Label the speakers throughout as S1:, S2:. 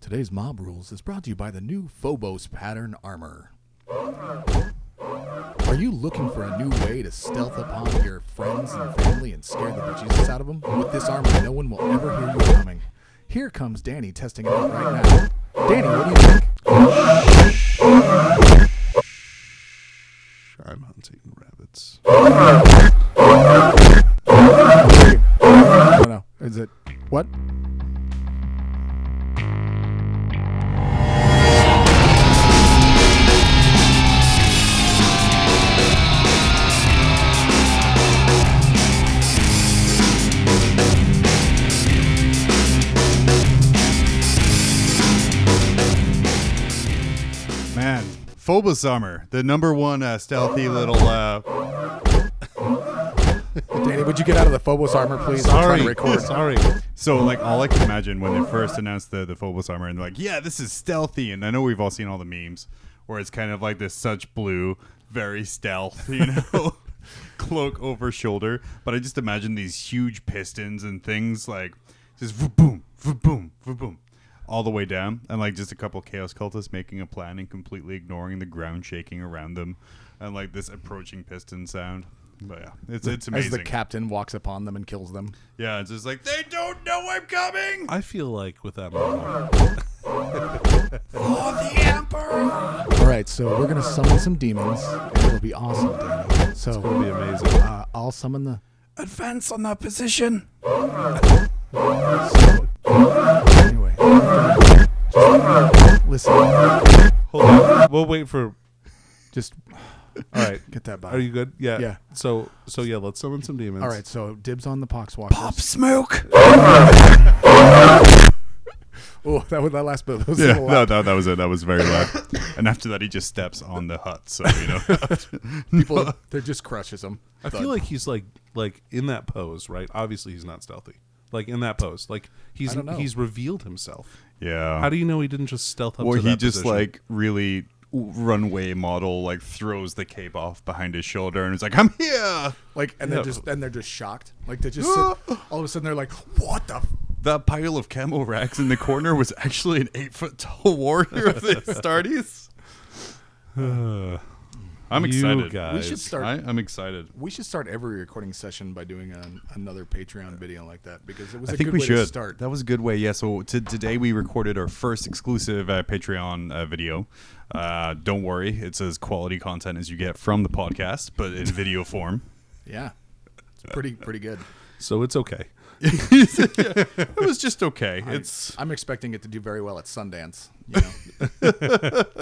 S1: Today's Mob Rules is brought to you by the new Phobos Pattern Armor. Are you looking for a new way to stealth upon your friends and family and scare the bejesus out of them? With this armor, no one will ever hear you coming. Here comes Danny testing it out right now. Danny, what do you think?
S2: I'm hunting rabbits.
S1: I don't know. Is it what?
S2: Man, Phobos armor, the number one uh, stealthy little. Uh,
S1: Danny, would you get out of the Phobos armor, please? I'm trying to
S2: sorry,
S1: record.
S2: sorry. So, like, all I could imagine when they first announced the the Phobos armor, and they're like, yeah, this is stealthy, and I know we've all seen all the memes where it's kind of like this such blue, very stealth, you know. cloak over shoulder but i just imagine these huge pistons and things like just boom boom boom all the way down, and like just a couple chaos cultists making a plan and completely ignoring the ground shaking around them, and like this approaching piston sound. But yeah, it's it's
S1: As
S2: amazing.
S1: the captain walks upon them and kills them.
S2: yeah, it's just like they don't know I'm coming.
S3: I feel like with that model,
S2: Oh, the emperor!
S1: All right, so we're gonna summon some demons, and it'll be awesome, Danny. So
S3: it'll be amazing.
S1: uh, I'll summon the.
S2: Advance on that position.
S1: Anyway, Just listen.
S3: Hold on, we'll wait for.
S1: Just
S3: All right,
S1: get that by.
S3: are you good? Yeah.
S1: Yeah.
S3: So so yeah, let's summon some demons.
S1: All right, so dibs on the pox walkers.
S2: smoke.
S1: Oh, that was that last bit. was a
S2: Yeah,
S1: little
S2: no,
S1: loud.
S2: that, that was it. That was very loud. and after that, he just steps on the hut. So you know,
S1: People, they're just crushes them.
S3: I feel like he's like like in that pose, right? Obviously, he's not stealthy. Like in that pose, like he's
S1: I don't know.
S3: he's revealed himself.
S2: yeah.
S3: How do you know he didn't just stealth up?
S2: or
S3: to
S2: he
S3: that
S2: just
S3: position?
S2: like really runway model like throws the cape off behind his shoulder and is like i'm here
S1: like, and they're
S3: Yeah.
S1: just and they're just shocked. Like they just sit, all of a sudden they're like, "What the? F-?
S2: that pile of camel racks in the corner was actually an eight foot tall warrior of the astartes i'm
S3: You
S2: excited
S3: guys.
S1: We should start.
S2: I, i'm excited
S1: We should start every recording session by doing an, another Patreon video like that because it was a
S2: I think
S1: good
S2: we
S1: way
S2: should
S1: to start.
S2: That was a good way. Yeah. So t- today we recorded our first exclusive uh, Patreon uh, video. Uh, don't worry, it's as quality content as you get from the podcast, but in video form.
S1: yeah, it's pretty pretty good.
S3: so it's okay.
S2: It was just okay. It's
S1: I'm expecting it to do very well at Sundance. You know,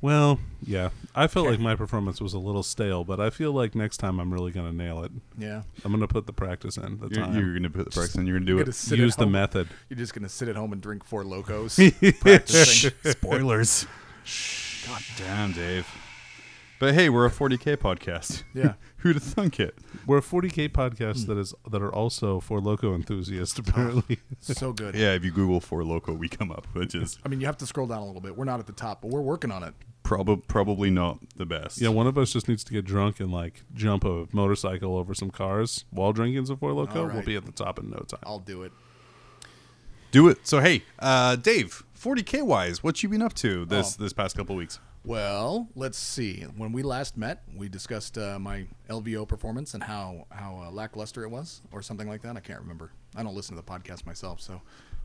S3: Well, yeah, I felt like my performance was a little stale, but I feel like next time I'm really gonna nail it.
S1: yeah.
S3: I'm gonna put the practice in. The
S2: You're,
S3: time.
S2: you're gonna put the press in. You're gonna do
S1: Gonna
S2: it.
S1: sit at
S3: Use the
S1: home-
S3: method.
S1: You're just gonna sit at home and drink four locos. practicing.
S2: Spoilers. God damn, Dave. But hey, we're a 40k podcast.
S1: Yeah.
S2: Who'd have thunk it?
S3: We're a 40k
S1: Hmm.
S3: podcast that is that are also for loco enthusiasts. Apparently,
S1: so good.
S2: Yeah, if you Google for loco, we come up, which is
S1: I mean, you have to scroll down a little bit. We're not at the top, but we're working on it.
S2: prob- probably not the best.
S3: yeah, one of us just needs to get drunk and like jump a motorcycle over some cars while drinking some four loco.
S1: All right.
S3: We'll be at the top in no time.
S1: I'll do it.
S2: do it. So hey, uh, Dave, 40k wise, what you been up to this this past couple weeks?
S1: Well, let's see. When we last met, we discussed uh, my LVO performance and how how uh, lackluster it was, or something like that. I can't remember. I don't listen to the podcast myself, so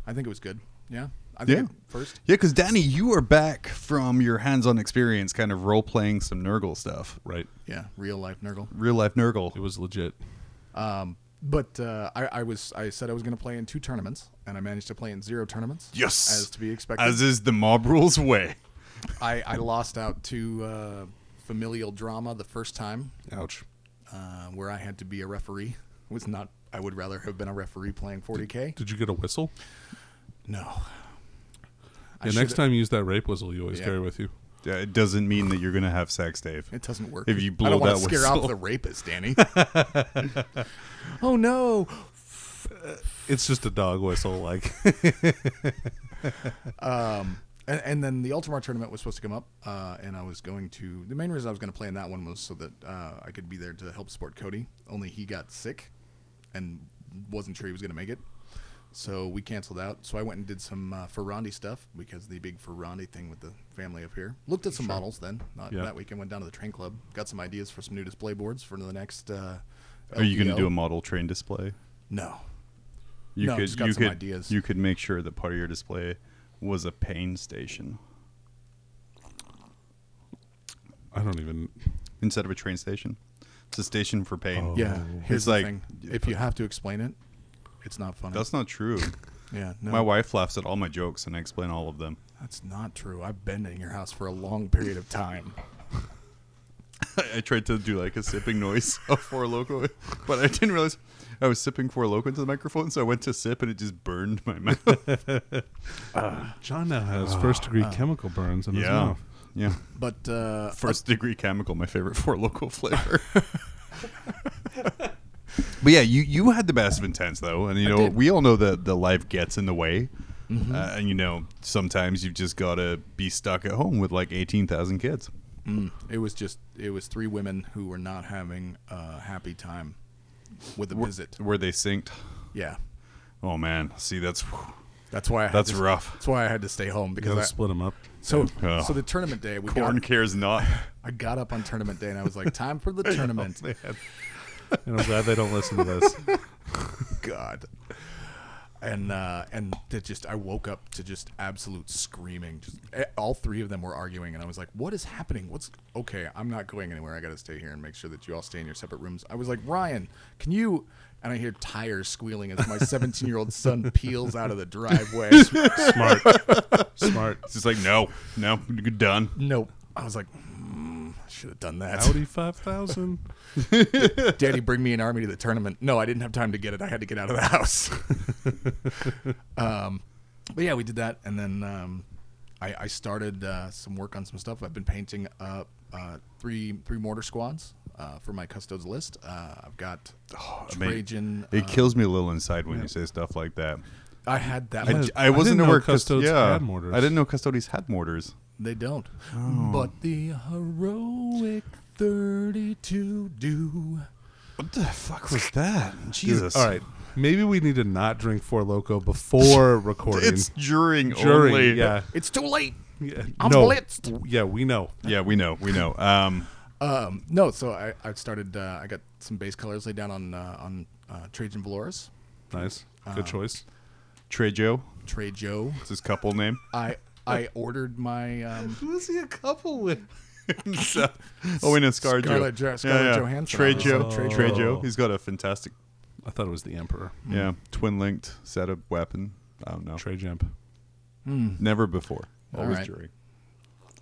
S1: I think it was good. Yeah, I think
S2: Yeah.
S1: it- first.
S2: Yeah, because Danny, you are back from your hands-on experience, kind of role-playing some Nurgle stuff,
S3: Right.
S1: Yeah, real life Nurgle.
S2: real-life Nurgle.
S3: It was legit.
S1: Um, but uh, I, I was I said I was going to play in two tournaments, and I managed to play in zero tournaments.
S2: Yes,
S1: as to be expected.
S2: As is the mob rules way.
S1: I, I lost out to uh, familial drama the first time,
S3: Ouch.
S1: uh, where I had to be a referee. It was not. I would rather have been a referee playing 40k.
S3: Did you get a whistle?
S1: No. I
S3: Yeah, next
S1: should've-
S3: time you use that rape whistle you always
S1: Yeah.
S3: carry with you.
S2: Yeah, it doesn't mean that you're gonna have sex, Dave.
S1: It doesn't work.
S2: If you
S1: I
S2: blow
S1: don't wanna
S2: that
S1: scare
S2: whistle.
S1: off the rapist, Danny. oh no!
S3: It's just a dog whistle. Like
S1: Um, and, and then the Ultramar tournament was supposed to come up, uh, and I was going to. The main reason I was going to play in that one was so that uh, I could be there to help support Cody. Only he got sick, and wasn't sure he was going to make it. So we canceled out. So I went and did some uh, Ferrandi stuff because the big Ferrandi thing with the family up here. Looked at some models then. Not
S3: Yeah.
S1: That weekend went down to the train club. Got some ideas for some new display boards for the next. Uh,
S2: Are you going
S1: LVO.
S2: to do a model train display?
S1: No.
S2: You
S1: No, just got
S2: you
S1: some
S2: could,
S1: ideas.
S2: You could make sure that part of your display was a pain station
S3: I don't even.
S2: instead of a train station. It's a station for pain.
S1: Oh. Yeah. Here's
S2: Oh. It's
S1: the
S2: like-
S1: thing. If you have to explain it, it's not funny.
S2: That's not true.
S1: yeah. No.
S2: My wife laughs at all my jokes and I explain all of them.
S1: That's not true. I've been in your house for a long period of time.
S2: I tried to do like a sipping noise of Four Loco, but I didn't realize I was sipping Four Loco into the microphone, so I went to sip and it just burned my mouth.
S3: John
S2: uh,
S3: now has uh, first degree chemical burns in his
S2: yeah.
S3: mouth.
S2: Yeah.
S1: But uh,
S2: First degree chemical, my favorite Four Loco flavor. but yeah, you, you had the best of intents though, and you know
S1: did.
S2: we all know that the life gets in the way,
S3: Mm-hmm.
S2: uh, and you know sometimes you've just got to be stuck at home with like eighteen thousand kids.
S1: it was just it was three women who were not having a happy time with a visit.
S2: Were they synced?
S1: Yeah,
S2: Oh man, see that's
S1: that's why. I had
S2: That's
S1: to,
S2: rough.
S1: That's why I had to stay home
S3: You
S1: because
S3: gotta
S1: I,
S3: split them up.
S1: so
S2: Ugh.
S1: so the tournament day we
S2: corn
S1: got,
S2: cares not.
S1: I got up on tournament day and I was like, time for the tournament.
S3: And I'm glad they don't listen to this.
S1: God. And uh, and that just I woke up to just absolute screaming. Just eh, all three of them were arguing, and I was like, "What is happening? What's okay? I'm not going anywhere. I got to stay here and make sure that you all stay in your separate rooms." I was like, "Ryan, can you?" And I hear tires squealing as my 17 year old son peels out of the driveway.
S3: Smart. Smart.
S2: It's just like no, no, you're done.
S1: nope. I was like, "Hmm, I should have done that.
S3: Audi 5000.
S1: Daddy, bring me an army to the tournament. No, I didn't have time to get it. I had to get out of the house. um, but yeah, we did that, and then um, I, I started uh, some work on some stuff. I've been painting up uh, three three mortar squads uh, for my custodes list. Uh, I've got
S2: I mean,
S1: Trajan.
S2: It
S1: uh,
S2: kills me a little inside when you say stuff like that.
S1: I had that.
S2: I,
S1: one.
S2: j- I
S3: I
S2: wasn't
S3: didn't know
S2: aware cust-
S3: custodes
S2: yeah,
S3: had mortars.
S2: I didn't know custodies had mortars.
S1: They don't. But the heroic thirty-two do.
S2: What the fuck was that?
S3: Dude, All right. Maybe we need to not drink Four Loco before recording.
S2: It's during,
S3: During,
S2: only.
S3: yeah.
S1: It's too late.
S3: yeah.
S1: I'm
S3: no.
S1: blitzed.
S3: Yeah, we know.
S2: Yeah, we know. We know. Um,
S1: Um, no, so I, I started. Uh, I got some base colors laid down on uh, on uh, Trajan Valoris,
S3: Nice.
S1: Ah.
S3: Good choice.
S2: Trejo
S1: Trey Joe.
S2: is his couple name.
S1: I I ordered my um,
S3: Who is he a couple with?
S2: So- oh, we know Scarjo.
S1: Scarlett Jo- Scarlett Johansson.
S2: Trejo.
S1: Oh.
S2: Trejo. He's got a fantastic,
S3: I thought it was the Emperor.
S2: yeah, twin linked set of weapon. I don't know.
S3: Trey Jump.
S2: Never before.
S1: Hmm. All
S2: Always
S1: right.
S2: during.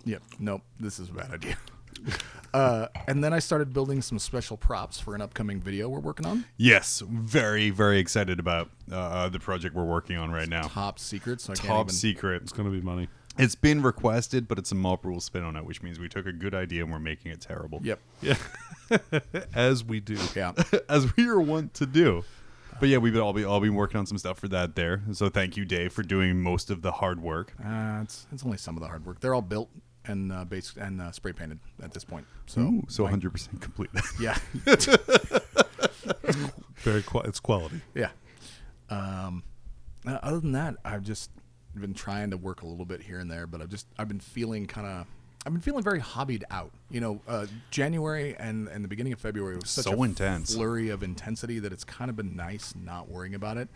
S1: Yep. Nope. This is a bad idea. Uh, and then I started building some special props for an upcoming video we're working on.
S2: Yes, very, very excited about uh, uh, the project we're working on right now.
S1: Top secret. So I can't
S2: Top
S1: even-
S2: secret.
S3: It's going to be money.
S2: It's been requested, but it's a mob rule spin on it, which means we took a good idea and we're making it terrible.
S1: Yep.
S3: Yeah. As we do.
S1: Yeah.
S2: As we are wont to do. But yeah, we've all been all been working on some stuff for that there. So thank you, Dave, for doing most of the hard work.
S1: Uh, it's it's only some of the hard work. They're all built and uh, base and uh, spray painted at this point. So
S2: Ooh, so 100% complete.
S1: yeah.
S3: Very qu- it's quality.
S1: Yeah. Um, uh, other than that, I've just been trying to work a little bit here and there, but I've just I've been feeling kind of I've been feeling very hobbied out. You know, uh, January and and the beginning of February was such
S2: So
S1: a
S2: intense.
S1: flurry of intensity that it's kind of been nice not worrying about it.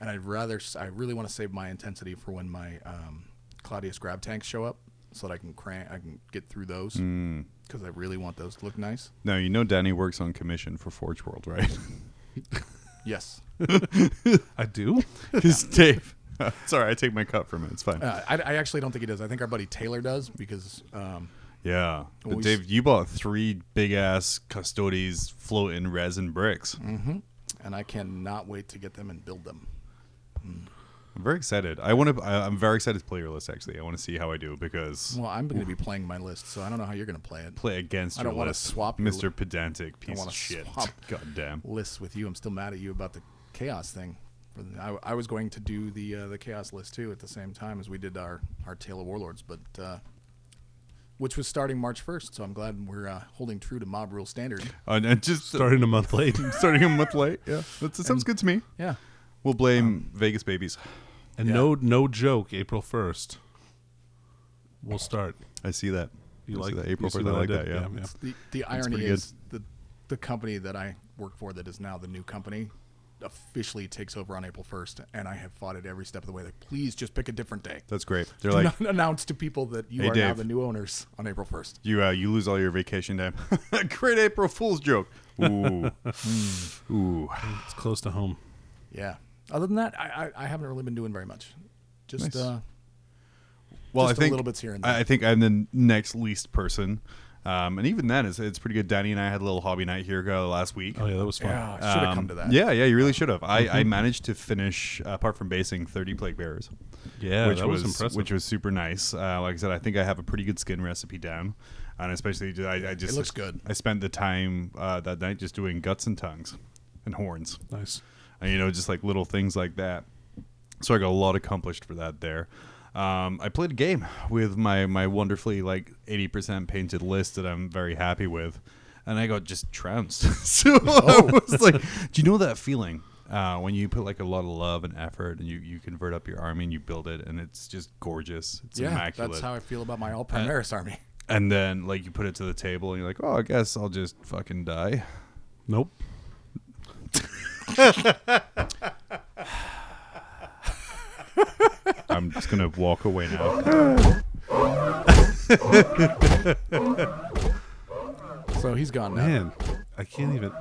S1: And I'd rather s- I really want to save my intensity for when my um, Claudius grab tanks show up, so that I can crank I can get through those
S2: Mm.
S1: because I really want those to look nice.
S2: now, you know Danny works on commission for Forge World, right?
S1: Yes.
S3: I do?
S2: Because Dave. Sorry, I take my cut from it. It's fine.
S1: Uh, I, I actually don't think he does. I think our buddy Taylor does because um,
S2: yeah.
S1: well,
S2: But
S1: we
S2: Dave, you bought three big ass custodies floating resin bricks.
S1: and I cannot wait to get them and build them.
S2: I'm very excited. I want to. I'm very excited to play your list. Actually, I want to see how I do because
S1: Well, I'm going to be playing my list, so I don't know how you're going to play it.
S2: play against.
S1: I don't
S2: your
S1: wanna
S2: list,
S1: swap your
S2: Mr.
S1: li-
S2: Pedantic piece
S1: wanna
S2: of shit.
S1: swap.
S2: God damn.
S1: Lists with you. I'm still mad at you about the chaos thing. For the- I, I was going to do the uh, the chaos list too at the same time as we did our our Tale of Warlords, but uh, which was starting March 1st. So I'm glad we're uh, holding true to mob rule standard.
S2: Uh, And, and just
S3: Starting a month late.
S2: starting a month late. Yeah, that sounds good to me.
S1: Yeah.
S2: We'll blame Vegas babies.
S3: And
S1: Yeah.
S3: no, no joke. April first, we'll start.
S2: I see that.
S3: You
S2: I see
S3: like
S2: that April
S3: you see
S2: Fourth? I
S3: what
S2: like that.
S3: did?
S2: Yeah.
S3: yeah.
S1: The the irony
S2: pretty good.
S1: is the the company that I work for that is now the new company officially takes over on April first, and I have fought it every step of the way. Like, please just pick a different day.
S2: That's great. They're
S1: Not
S2: like,
S1: announce to people that you
S2: Hey,
S1: are now
S2: Dave.
S1: the new owners on April first.
S2: you uh, you lose all your vacation time. great April Fool's joke. Ooh, ooh.
S3: It's close to home.
S1: Yeah. Other than that, I, I, I haven't really been doing very much. Just
S2: Nice.
S1: uh,
S2: Well,
S1: Just a
S2: I think
S1: little bits here and
S2: I-
S1: there.
S2: I think I'm the next least person, um, and even then, it's it's pretty good. Danny and I had a little hobby night here uh, last week.
S3: Oh yeah, that was fun.
S1: yeah, I should have come
S2: Um,
S1: to that. Mm-hmm.
S2: Yeah, yeah, you really should have. I, I managed to finish, uh, apart from basing, 30 plate bearers.
S3: Yeah, that was impressive.
S2: Which was super nice. Uh, like I said, I think I have a pretty good skin recipe down. And especially, I, I just.
S1: looks good.
S2: I spent the time uh, that night just doing guts and tongues and horns.
S3: Nice.
S2: And, you know, just like little things like that. So I got a lot accomplished for that there. Um, I played a game with my my wonderfully like eighty percent painted list that I'm very happy with, and I got just trounced. so
S1: Oh.
S2: I was like, "Do you know that feeling uh, when you put like a lot of love and effort and you you convert up your army and you build it and it's just gorgeous, it's
S1: Yeah,
S2: immaculate."
S1: that's how I feel about my All Primaris army.
S2: and then like you put it to the table and you're like, "Oh, I guess I'll just fucking die."
S3: Nope.
S2: I'm just gonna walk away now.
S1: So he's gone now.
S3: Man, I can't even.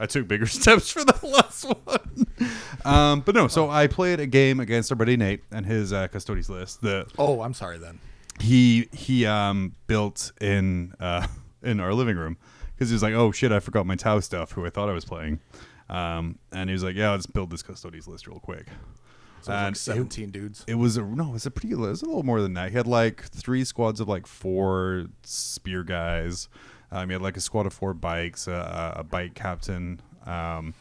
S2: I took bigger steps for the last one. Um, but no, so I played a game against our buddy Nate and his uh, custodies list. The
S1: Oh, I'm sorry then.
S2: he he um, built in uh, in our living room because he was like, oh shit, I forgot my Tau stuff, who I thought I was playing. Um, and he was like, yeah, let's build this custodies list real quick.
S1: So there's
S2: And
S1: like 17 dudes.
S2: It was a no, it was a pretty. It was a little more than that. He had like three squads of like four spear guys. Um, he had like a squad of four bikes, a, a bike captain, um,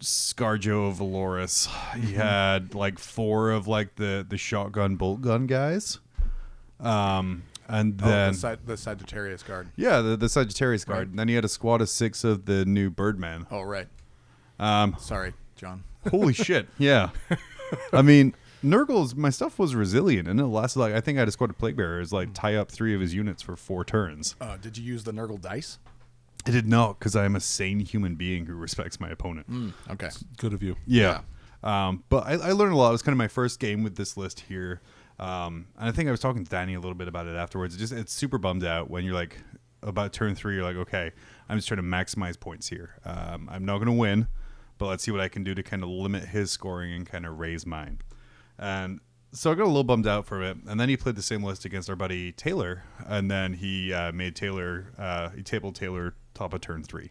S2: Scarjo Valoris.
S1: Mm-hmm.
S2: He had like four of like the the shotgun bolt gun guys, um, and
S1: Oh,
S2: then
S1: the, Sag- the Sagittarius guard.
S2: yeah, the, the Sagittarius guard. And then he had a squad of six of the new Birdman.
S1: Oh, right.
S2: Um,
S1: Sorry, John.
S2: Holy shit! Yeah, I mean, Nurgle's my stuff was resilient, and it lasted like I think I had a squad of plague bearers like tie up three of his units for four turns.
S1: Uh, did you use the Nurgle dice?
S2: I did not because I am a sane human being who respects my opponent.
S1: Okay.
S3: Good of you.
S2: Yeah. Um, but I, I learned a lot. It was kind of my first game with this list here. Um, and I think I was talking to Danny a little bit about it afterwards. It just it's super bummed out when you're like about turn three. You're like, okay, I'm just trying to maximize points here. Um, I'm not gonna win, but let's see what I can do to kind of limit his scoring and kind of raise mine. And so I got a little bummed out for it. And then he played the same list against our buddy Taylor, and then he uh, made Taylor uh, he tabled Taylor top of turn three.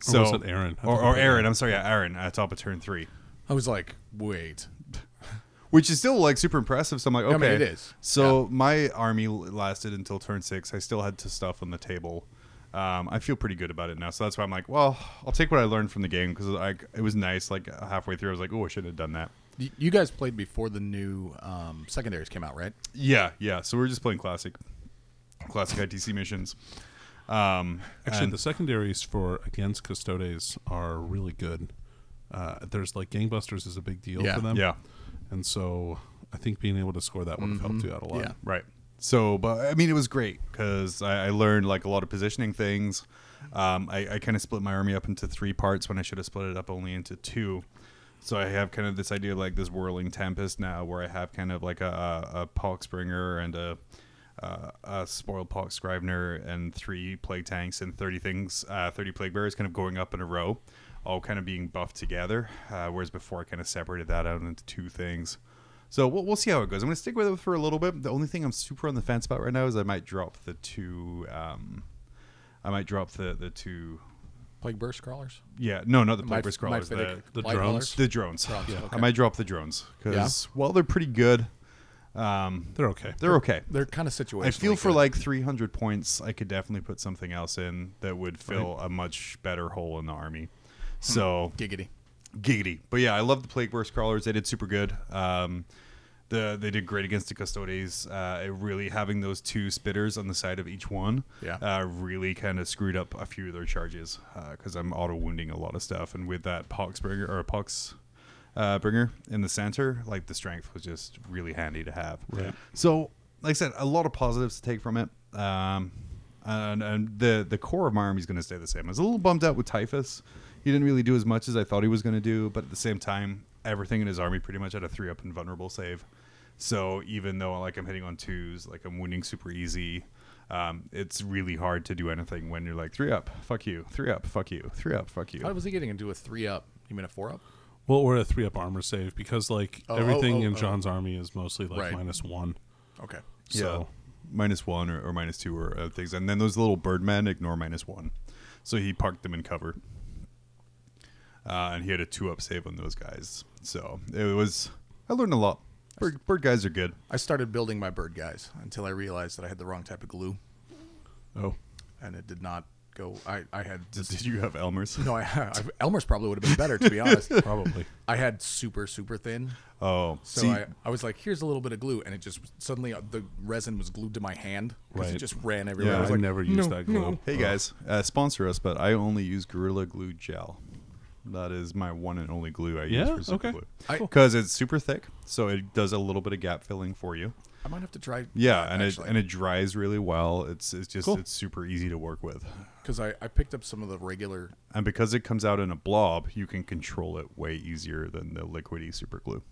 S2: So
S3: Oh, was it Aaron? I
S2: or,
S3: think it
S2: or
S3: was
S2: Aaron? I'm sorry, yeah, Aaron uh, top of turn three
S1: I was like, wait.
S2: which is still like super impressive. So I'm like, okay,
S1: mean, it is.
S2: So my army l- lasted until turn six. I still had to stuff on the table. Um, I feel pretty good about it now, so that's why I'm like, well, I'll take what I learned from the game because like it was nice. Like halfway through, I was like, oh, I shouldn't have done that.
S1: Y- You guys played before the new um, secondaries came out, right?
S2: Yeah, yeah. So we are just playing classic, classic ITC missions. Um,
S3: Actually,
S2: and-
S3: the secondaries for against custodes are really good. Uh, there's like gangbusters is a big deal
S1: Yeah.
S3: for them.
S2: Yeah.
S3: and so I think being able to score that would have helped you out a lot.
S1: Mm-hmm. Yeah.
S2: Right. So, but I mean, it was great because I, I learned like a lot of positioning things. Um, I, I kind of split my army up into three parts when I should have split it up only into two. So I have kind of this idea like this whirling tempest now, where I have kind of like a a, a Poxbringer and a uh, a spoiled Pox Scrivener and three plague tanks and thirty things, uh, thirty plague bearers, kind of going up in a row, all kind of being buffed together. Uh, whereas before, I kind of separated that out into two things. So we'll, we'll see how it goes. I'm going to stick with it for a little bit. The only thing I'm super on the fence about right now is I might drop the two. Um, I might drop the the two.
S1: Plague burst crawlers?
S2: Yeah, no, not the
S1: My-
S2: Piper
S1: my
S2: Scrawlers. The,
S1: fitted
S3: the
S1: plague
S3: drones?
S1: crawlers?
S2: the drones.
S1: Drones, Yeah. okay.
S2: I might drop the drones because well, they're pretty good. Um,
S3: They're okay.
S2: they're okay.
S1: They're kind of situational.
S2: I feel for
S1: good.
S2: like 300 points, I could definitely put something else in that would fill a much better hole in the army. So
S1: Giggity.
S2: giggity. But yeah, I love the Plague Burst Crawlers. They did super good. Um, the they did great against the Custodes. Uh, it really having those two spitters on the side of each one,
S1: Yeah.
S2: uh, really kind of screwed up a few of their charges because I'm auto wounding a lot of stuff, and with that Poxbringer or Pox. Uh, bringer in the center, like the strength was just really handy to have.
S3: Right.
S2: So, like I said, a lot of positives to take from it. Um, and, and the the core of my army is going to stay the same. I was a little bummed out with Typhus. He didn't really do as much as I thought he was going to do, but at the same time, everything in his army pretty much had a three up invulnerable save. So even though like I'm hitting on twos, like I'm wounding super easy, um, it's really hard to do anything when you're like three up, fuck you, three up, fuck you, three up, fuck you.
S1: How was he getting into a three up? You mean a four up?
S3: Well, or a three up armor save because like
S1: Oh,
S3: everything
S1: oh, oh,
S3: in
S1: oh.
S3: John's army is mostly like
S1: Right.
S3: minus one.
S1: Okay.
S3: So
S2: minus one or, or minus two or uh, things, and then those little birdmen ignore minus one, so he parked them in cover, uh, and he had a two up save on those guys. So it was I learned a lot. Bird, bird guys are good.
S1: I started building my bird guys until I realized that I had the wrong type of glue,
S3: oh,
S1: and it did not go. I I had
S2: Did, did you have Elmer's?
S1: no. I, I Elmer's probably would have been better to be honest.
S3: probably.
S1: I had super super thin,
S2: Oh,
S1: so
S2: see,
S1: I, I was like, here's a little bit of glue, and it just suddenly uh, the resin was glued to my hand because it
S3: Right.
S1: just ran everywhere.
S2: Yeah,
S1: I
S3: I,
S1: was like,
S3: never used
S1: "No,
S3: that glue.
S1: no."
S2: oh, hey guys, uh, sponsor us, but I only use Gorilla Glue gel. That is my one and only glue I use
S3: Yeah?
S2: for super
S3: Okay.
S1: I-
S2: glue because it's super thick, so it does a little bit of gap filling for you.
S1: I might have to try.
S2: Yeah, and
S1: actually.
S2: it and it dries really well. It's it's just
S3: Cool.
S2: it's super easy to work with,
S1: because I, I picked up some of the regular.
S2: and because it comes out in a blob, you can control it way easier than the liquidy super glue.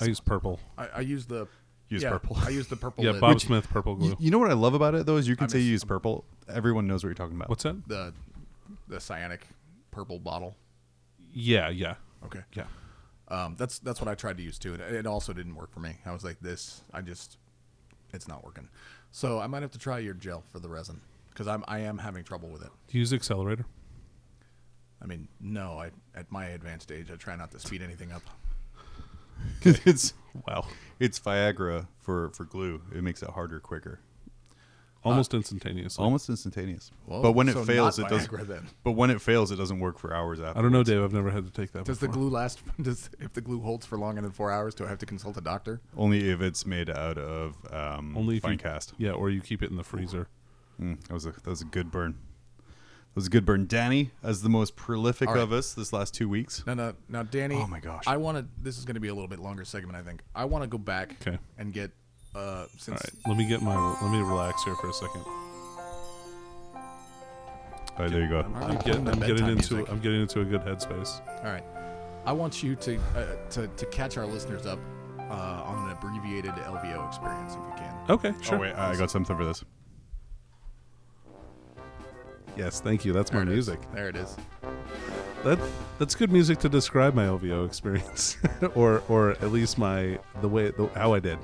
S3: I use purple.
S1: I, I used the
S2: Use
S1: yeah,
S2: purple.
S1: I used the purple.
S3: yeah,
S1: lid.
S3: Bob Smith purple glue.
S2: You, you know what I love about it though is you can
S1: I'm
S2: say you
S1: ex-
S2: use purple. Everyone knows what you're talking about.
S3: What's that?
S1: the the cyanic purple bottle.
S3: Yeah, yeah,
S1: Okay,
S3: yeah.
S1: um, that's that's what I tried to use too, and it also didn't work for me. I was like, this, I just, it's not working. So I might have to try your gel for the resin because I'm I am having trouble with it.
S3: Do you use accelerator?
S1: I mean, no, I at my advanced age, I try not to speed anything up.
S2: it's
S3: Wow,
S2: it's Viagra for for glue. It makes it harder quicker,
S1: Uh,
S3: almost instantaneous.
S2: almost instantaneous.
S1: Whoa,
S2: but when it
S1: so
S2: fails,
S1: not
S2: it doesn't.
S1: Viagra then.
S2: But when it fails, it doesn't work for hours after.
S3: I don't know, Dave. I've never had to take that.
S1: Does the
S3: before.
S1: glue last? Does if the glue holds for longer than four hours, do I have to consult a doctor?
S2: Only if it's made out of um,
S3: only
S2: only
S3: if you,
S2: fine cast.
S3: Yeah, or you keep it in the freezer.
S2: Mm, that was a that was a good burn. That was a good burn. Danny, as the most prolific
S1: All right.
S2: of us this last two weeks.
S1: No, no, now, Danny.
S2: Oh my gosh.
S1: I want to. This is going to be a little bit longer segment, I think. I want to go back.
S3: Okay.
S1: And get. Uh, since
S3: All right, let me get my. Let me relax here for a second.
S2: All right, there you go.
S3: I'm, get, I'm getting into. I'm getting into a good headspace.
S1: All right. I want you to uh, to, to catch our listeners up uh, on an abbreviated LVO experience if you can.
S3: Okay,
S2: Oh wait, I got something for this.
S3: yes, thank you. That's my
S1: There it is.
S3: music.
S1: There it is.
S3: That that's good music to describe my LVO experience, or or at least my the way the, how I did.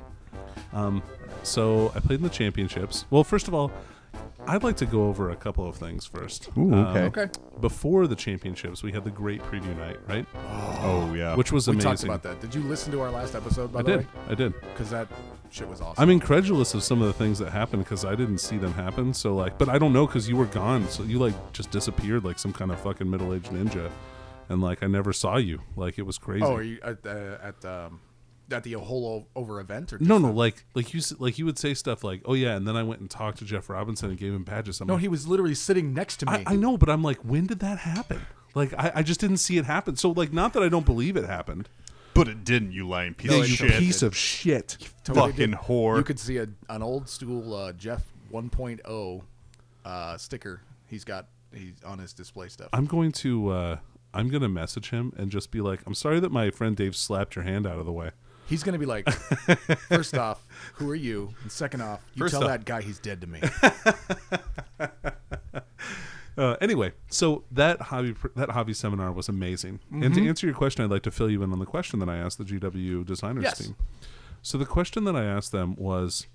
S3: Um, so I played in the championships. Well, first of all, I'd like to go over a couple of things first.
S2: Ooh,
S3: Um,
S2: okay.
S1: Okay.
S3: Before the championships, we had the great preview night, right?
S2: Oh yeah.
S3: Which was
S1: we
S3: amazing.
S1: talked about that. Did you listen to our last episode, by
S3: I
S1: the
S3: did. I did.
S1: Because that shit was awesome.
S3: I'm incredulous of some of the things that happened because I didn't see them happen. So like, but I don't know because you were gone. So you like just disappeared like some kind of fucking middle aged ninja, and like I never saw you. Like it was crazy.
S1: oh, are you at, uh, at, um, at the whole o- over event? Or
S3: No,
S1: just
S3: no,
S1: the-
S3: like like you s- like you would say stuff like, "Oh yeah," and then I went and talked to Jeff Robinson and gave him badges. I'm
S1: No,
S3: like,
S1: he was literally sitting next to me.
S3: I, I know, but I'm like, when did that happen? Like I, I just didn't see it happen. So like, not that I don't believe it happened.
S2: but it didn't. You lying piece
S1: No,
S2: of
S1: it
S2: shit.
S3: Piece of shit.
S1: Totally
S2: fucking
S1: did.
S2: whore.
S1: You could see a, an old school uh, Jeff 1.0 uh, sticker he's got he's on his display stuff.
S3: I'm going to uh I'm gonna message him and just be like, I'm sorry that my friend Dave slapped your hand out of the way.
S1: He's gonna be like, first off, who are you? And second off, you
S2: First
S1: tell
S2: off-
S1: that guy he's dead to me.
S3: Uh, anyway, so that hobby pr- that hobby seminar was amazing. And
S1: Mm-hmm.
S3: to answer your question, I'd like to fill you in on the question that I asked the GW designers
S1: Yes.
S3: team. So the question that I asked them was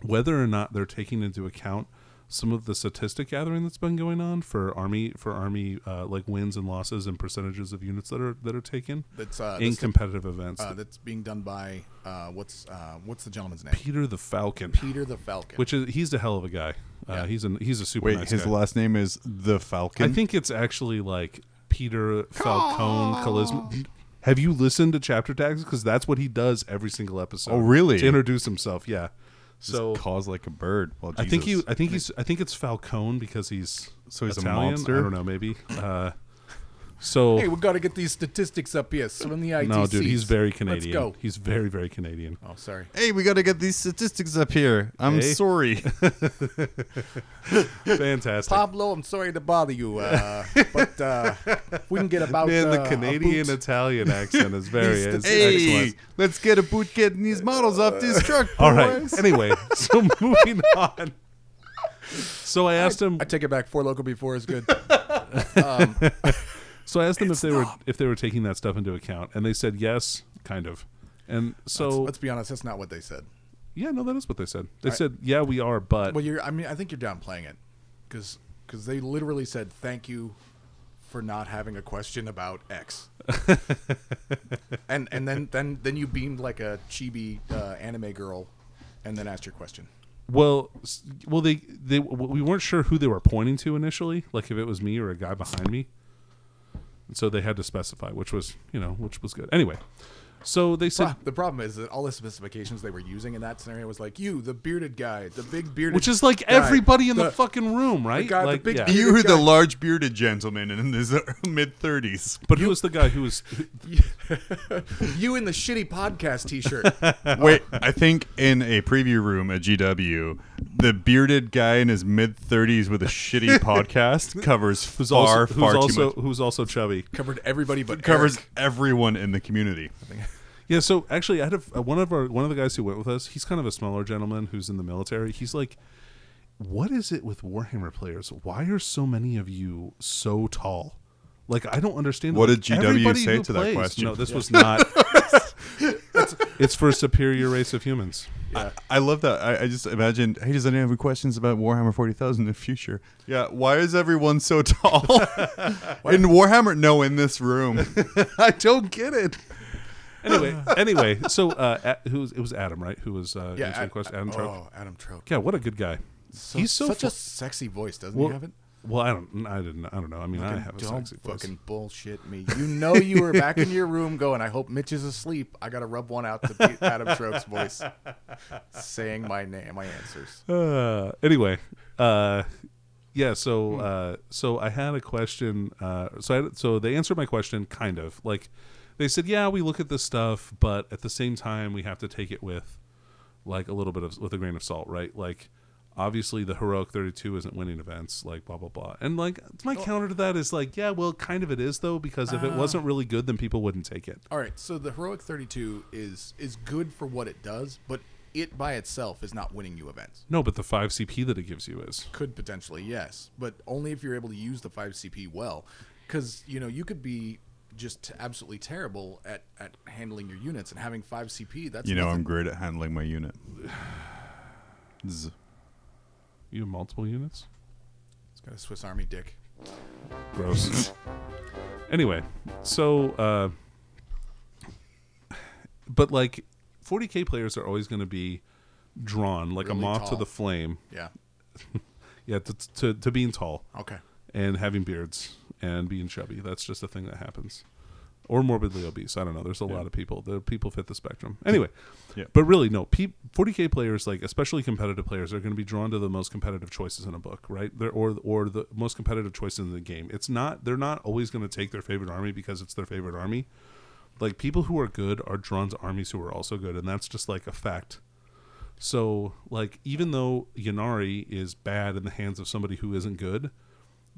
S3: whether or not they're taking into account some of the statistic gathering that's been going on for army for army uh, like wins and losses and percentages of units that are that are taken
S1: That's uh,
S3: in
S1: that's,
S3: competitive events.
S1: uh, that's being done by uh, what's uh, what's the gentleman's name?
S3: Peter the Falcon,
S1: Peter the Falcon.
S3: which is he's a hell of a guy. Uh,
S1: Yeah.
S3: he's a he's a super
S2: Wait,
S3: nice
S2: his
S3: guy.
S2: last name is the
S3: I
S2: Falcon.
S3: think it's actually like Peter Falcone Kalism. Have you listened to Chapter Tags? Because that's what he does every single episode.
S2: Oh, really?
S3: To introduce himself, yeah. So
S2: Calls like a bird. Well,
S3: I think he.
S2: Jesus.
S3: I think he's. I think it's Falcone because he's
S2: So he's a
S3: Italian.
S2: mobster?
S3: I don't know. Maybe. Uh, so
S1: Hey, we got to get these statistics up here. So in the ITC.
S3: no, dude, he's very Canadian.
S1: Let's go.
S3: He's very very Canadian.
S1: Oh, sorry.
S2: Hey, we got to get these statistics up here. I'm
S3: Hey.
S2: sorry.
S3: Fantastic.
S1: Pablo, I'm sorry to bother you, uh, but uh, we can get about
S3: Man,
S1: uh,
S3: the
S1: a
S3: Canadian
S1: boot.
S3: Italian accent is very
S1: He's
S3: is
S2: hey,
S3: excellent.
S2: let's get a boot getting these models off this truck.
S3: All right.
S2: boys.
S3: Anyway, so moving on. So I asked him.
S1: I take it back. Four local before is good.
S3: So I asked them if they were if they were taking that stuff into account, and they said yes, kind of. And so
S1: Let's be honest. That's not what they said.
S3: yeah, no, that is what they said. They said yeah, we are, but
S1: Well, you're. I mean, I think you're downplaying it, because they literally said thank you for not having a question about X. and and then then then you beamed like a chibi uh, anime girl, and then asked your question.
S3: well, s- well they they we weren't sure who they were pointing to initially, like if it was me or a guy behind me. And so they had to specify, which was you know which was good. Anyway, so they said
S1: Pro- the problem is that all the specifications they were using in that scenario was like you, the bearded guy, the big bearded,
S3: which is like
S1: guy,
S3: everybody in the, fucking room, right?
S1: guy with
S3: like,
S1: the big
S3: yeah.
S1: beard.
S2: You were the large bearded gentleman in his mid 30s.
S3: But who was the guy who was?
S1: you in the shitty podcast T-shirt.
S2: Wait, I think in a preview room at GW, the bearded guy in his mid 30s with a shitty podcast covers
S3: Who's
S2: far, far
S3: also, who's
S2: too
S3: also
S2: much.
S3: who's also chubby.
S1: covered everybody but
S2: Covers
S1: Eric.
S2: everyone in the community.
S3: Yeah, so actually, I had a, uh, one of our one of the guys who went with us. He's kind of a smaller gentleman who's in the military. He's like, "What is it with Warhammer players? Why are so many of you so tall? Like, I don't understand."
S2: What
S3: Like,
S2: did GW
S3: everybody
S2: say
S3: who
S2: to that question?
S3: No, this was not. it's, it's for a superior race of humans.
S2: I love that. I, I just imagined, hey, does anyone have any questions about Warhammer 40,000 in the future? Yeah, why is everyone so tall? in Warhammer? No, in this room.
S3: I don't get it. Anyway, anyway, so uh, a who's it was Adam, right? Who was uh, answering
S1: Ad-
S3: the question? Adam Trope.
S1: Oh, Adam Trope.
S3: Yeah, what a good guy.
S1: So-
S3: He's so
S1: such
S3: fu-
S1: a sexy voice, doesn't
S3: well,
S1: he have it?
S3: Well, I don't. I didn't. I don't know. I mean, I have a
S1: Don't
S3: sexy voice.
S1: fucking bullshit me. You know you were back in your room going, I hope Mitch is asleep. I gotta rub one out to beat Adam Trope's voice, saying my name, my answers.
S3: uh, anyway, uh, yeah. So, uh, so I had a question. Uh, so, I, so they answered my question, kind of like they said, yeah, we look at this stuff, but at the same time, we have to take it with like a little bit of with a grain of salt, right? Like, obviously, the heroic thirty-two isn't winning events, like blah blah blah. And like my
S1: Oh.
S3: counter to that is like, yeah, well, kind of it is though, because
S1: Ah.
S3: if it wasn't really good, then people wouldn't take it.
S1: All right, so the heroic thirty-two is is good for what it does, but it by itself is not winning you events.
S3: No, but the five CP that it gives you is.
S1: Could potentially, yes, but only if you're able to use the five CP well, because you know you could be just absolutely terrible at at handling your units and having five CP. That's
S2: You know,
S1: nothing.
S2: I'm great at handling my unit. Z-
S3: You have multiple units.
S1: It's got a Swiss Army dick.
S3: Gross. anyway, so uh but like 40k players are always going to be drawn like
S1: Really
S3: a moth to
S1: tall.
S3: the flame.
S1: Yeah.
S3: Yeah, to, to to being tall
S1: Okay.
S3: and having beards and being chubby. That's just a thing that happens. Or morbidly obese. I don't know. There's a lot of people. The people fit the spectrum. Anyway,
S2: Yeah.
S3: but really, no. P- 40k players, like especially competitive players, are going to be drawn to the most competitive choices in a book, right? They're, or or the most competitive choices in the game. It's not. They're not always going to take their favorite army because it's their favorite army. Like people who are good are drawn to armies who are also good, and that's just like a fact. So, like, even though Yanari is bad in the hands of somebody who isn't good,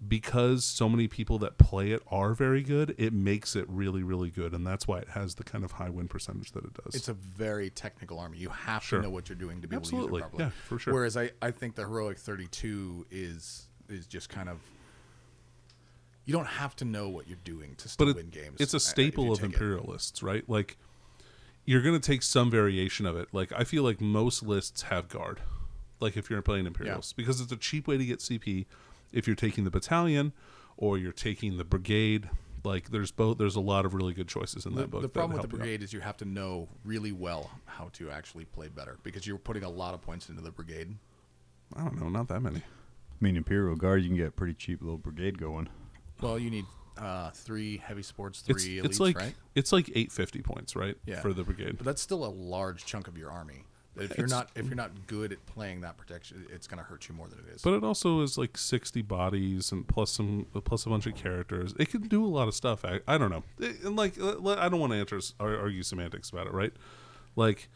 S3: because so many people that play it are very good, it makes it really, really good, and that's why it has the kind of high win percentage that it does.
S1: It's a very technical army. You have
S3: Sure.
S1: to know what you're doing to be
S3: Absolutely.
S1: able to use it properly.
S3: Yeah, for sure.
S1: Whereas I, I think the heroic 32 is is just kind of you don't have to know what you're doing to still
S3: but it-
S1: win games.
S3: it's
S1: uh,
S3: a
S1: if
S3: staple
S1: you
S3: of
S1: take it.
S3: imperialists, right? Like, you're going to take some variation of it. Like, I feel like most lists have guard, like if you're playing imperialists, because it's a cheap way to get CP. If you're taking the battalion or you're taking the brigade, like there's both. There's a lot of really good choices in that book.
S1: The
S3: that
S1: problem with the
S3: help you out.
S1: brigade is you have to know really well how to actually play better because you're putting a lot of points into the brigade.
S3: I don't know, not that many.
S2: I mean, Imperial Guard, you can get a pretty cheap little brigade going.
S1: Well, you need uh, three heavy sports,
S3: It's,
S1: three elites,
S3: it's like
S1: right?
S3: it's like 850 points, right?
S1: Yeah.
S3: For the brigade.
S1: But that's still a large chunk of your army. That If you're
S3: It's-
S1: not if you're not good at playing that protection, it's going to hurt you more than it is.
S3: But it also is like 60 bodies and plus some plus a bunch of characters. It can do a lot of stuff. I, I don't know. It- and like l- l- I don't want to answer s- ar- argue semantics about it, right? Like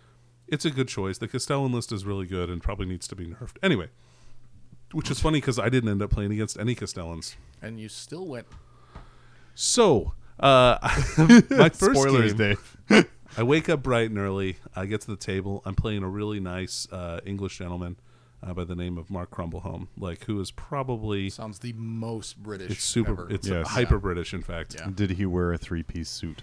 S3: it's a good choice. The Castellan list is really good and probably needs to be nerfed. Anyway, which is funny cuz I didn't end up playing against any Castellans.
S1: and you still went.
S3: So, uh my first
S2: Spoilers,
S3: game,
S2: Dave.
S3: I wake up bright and early. I get to the table. I'm playing a really nice uh, English gentleman uh, by the name of Mark Crumbleholm, like who is probably
S1: Sounds the most British.
S3: It's super.
S1: ever.
S3: It's
S2: Yes.
S3: hyper British, in fact.
S1: Yeah.
S2: Did he wear a three-piece suit?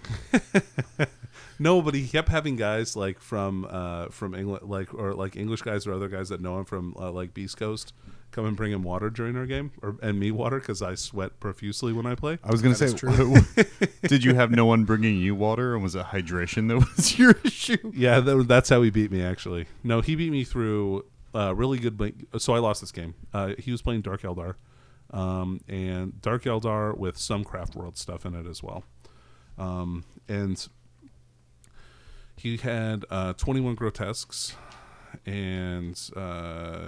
S3: No, but he kept having guys like from uh, from England, like or like English guys or other guys that know him from uh, like Beast Coast, come and bring him water during our game, or and me water because I sweat profusely when I play.
S2: I was gonna
S1: That is
S2: say, did you have no one bringing you water, and was it hydration that was your issue?
S3: Yeah, tha- that's how he beat me. Actually, no, he beat me through uh, really good. Blink- so I lost this game. Uh, he was playing Dark Eldar, um, and Dark Eldar with some Craft World stuff in it as well, um, and he had uh, 21 grotesques and uh,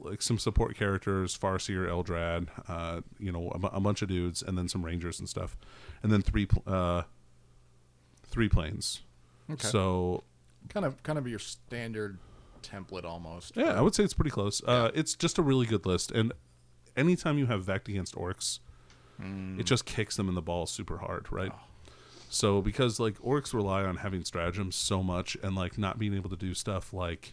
S3: like some support characters, Farseer, Eldrad, uh, you know, a bu- a bunch of dudes, and then some rangers and stuff, and then three pl- uh, three planes.
S1: Okay.
S3: So
S1: kind of kind of your standard template almost.
S3: yeah, I would say it's pretty close. Uh, it's just a really good list, and anytime you have Vect against orcs, it just kicks them in the balls super hard, right? So because like orcs rely on having stratagems so much, and like not being able to do stuff like,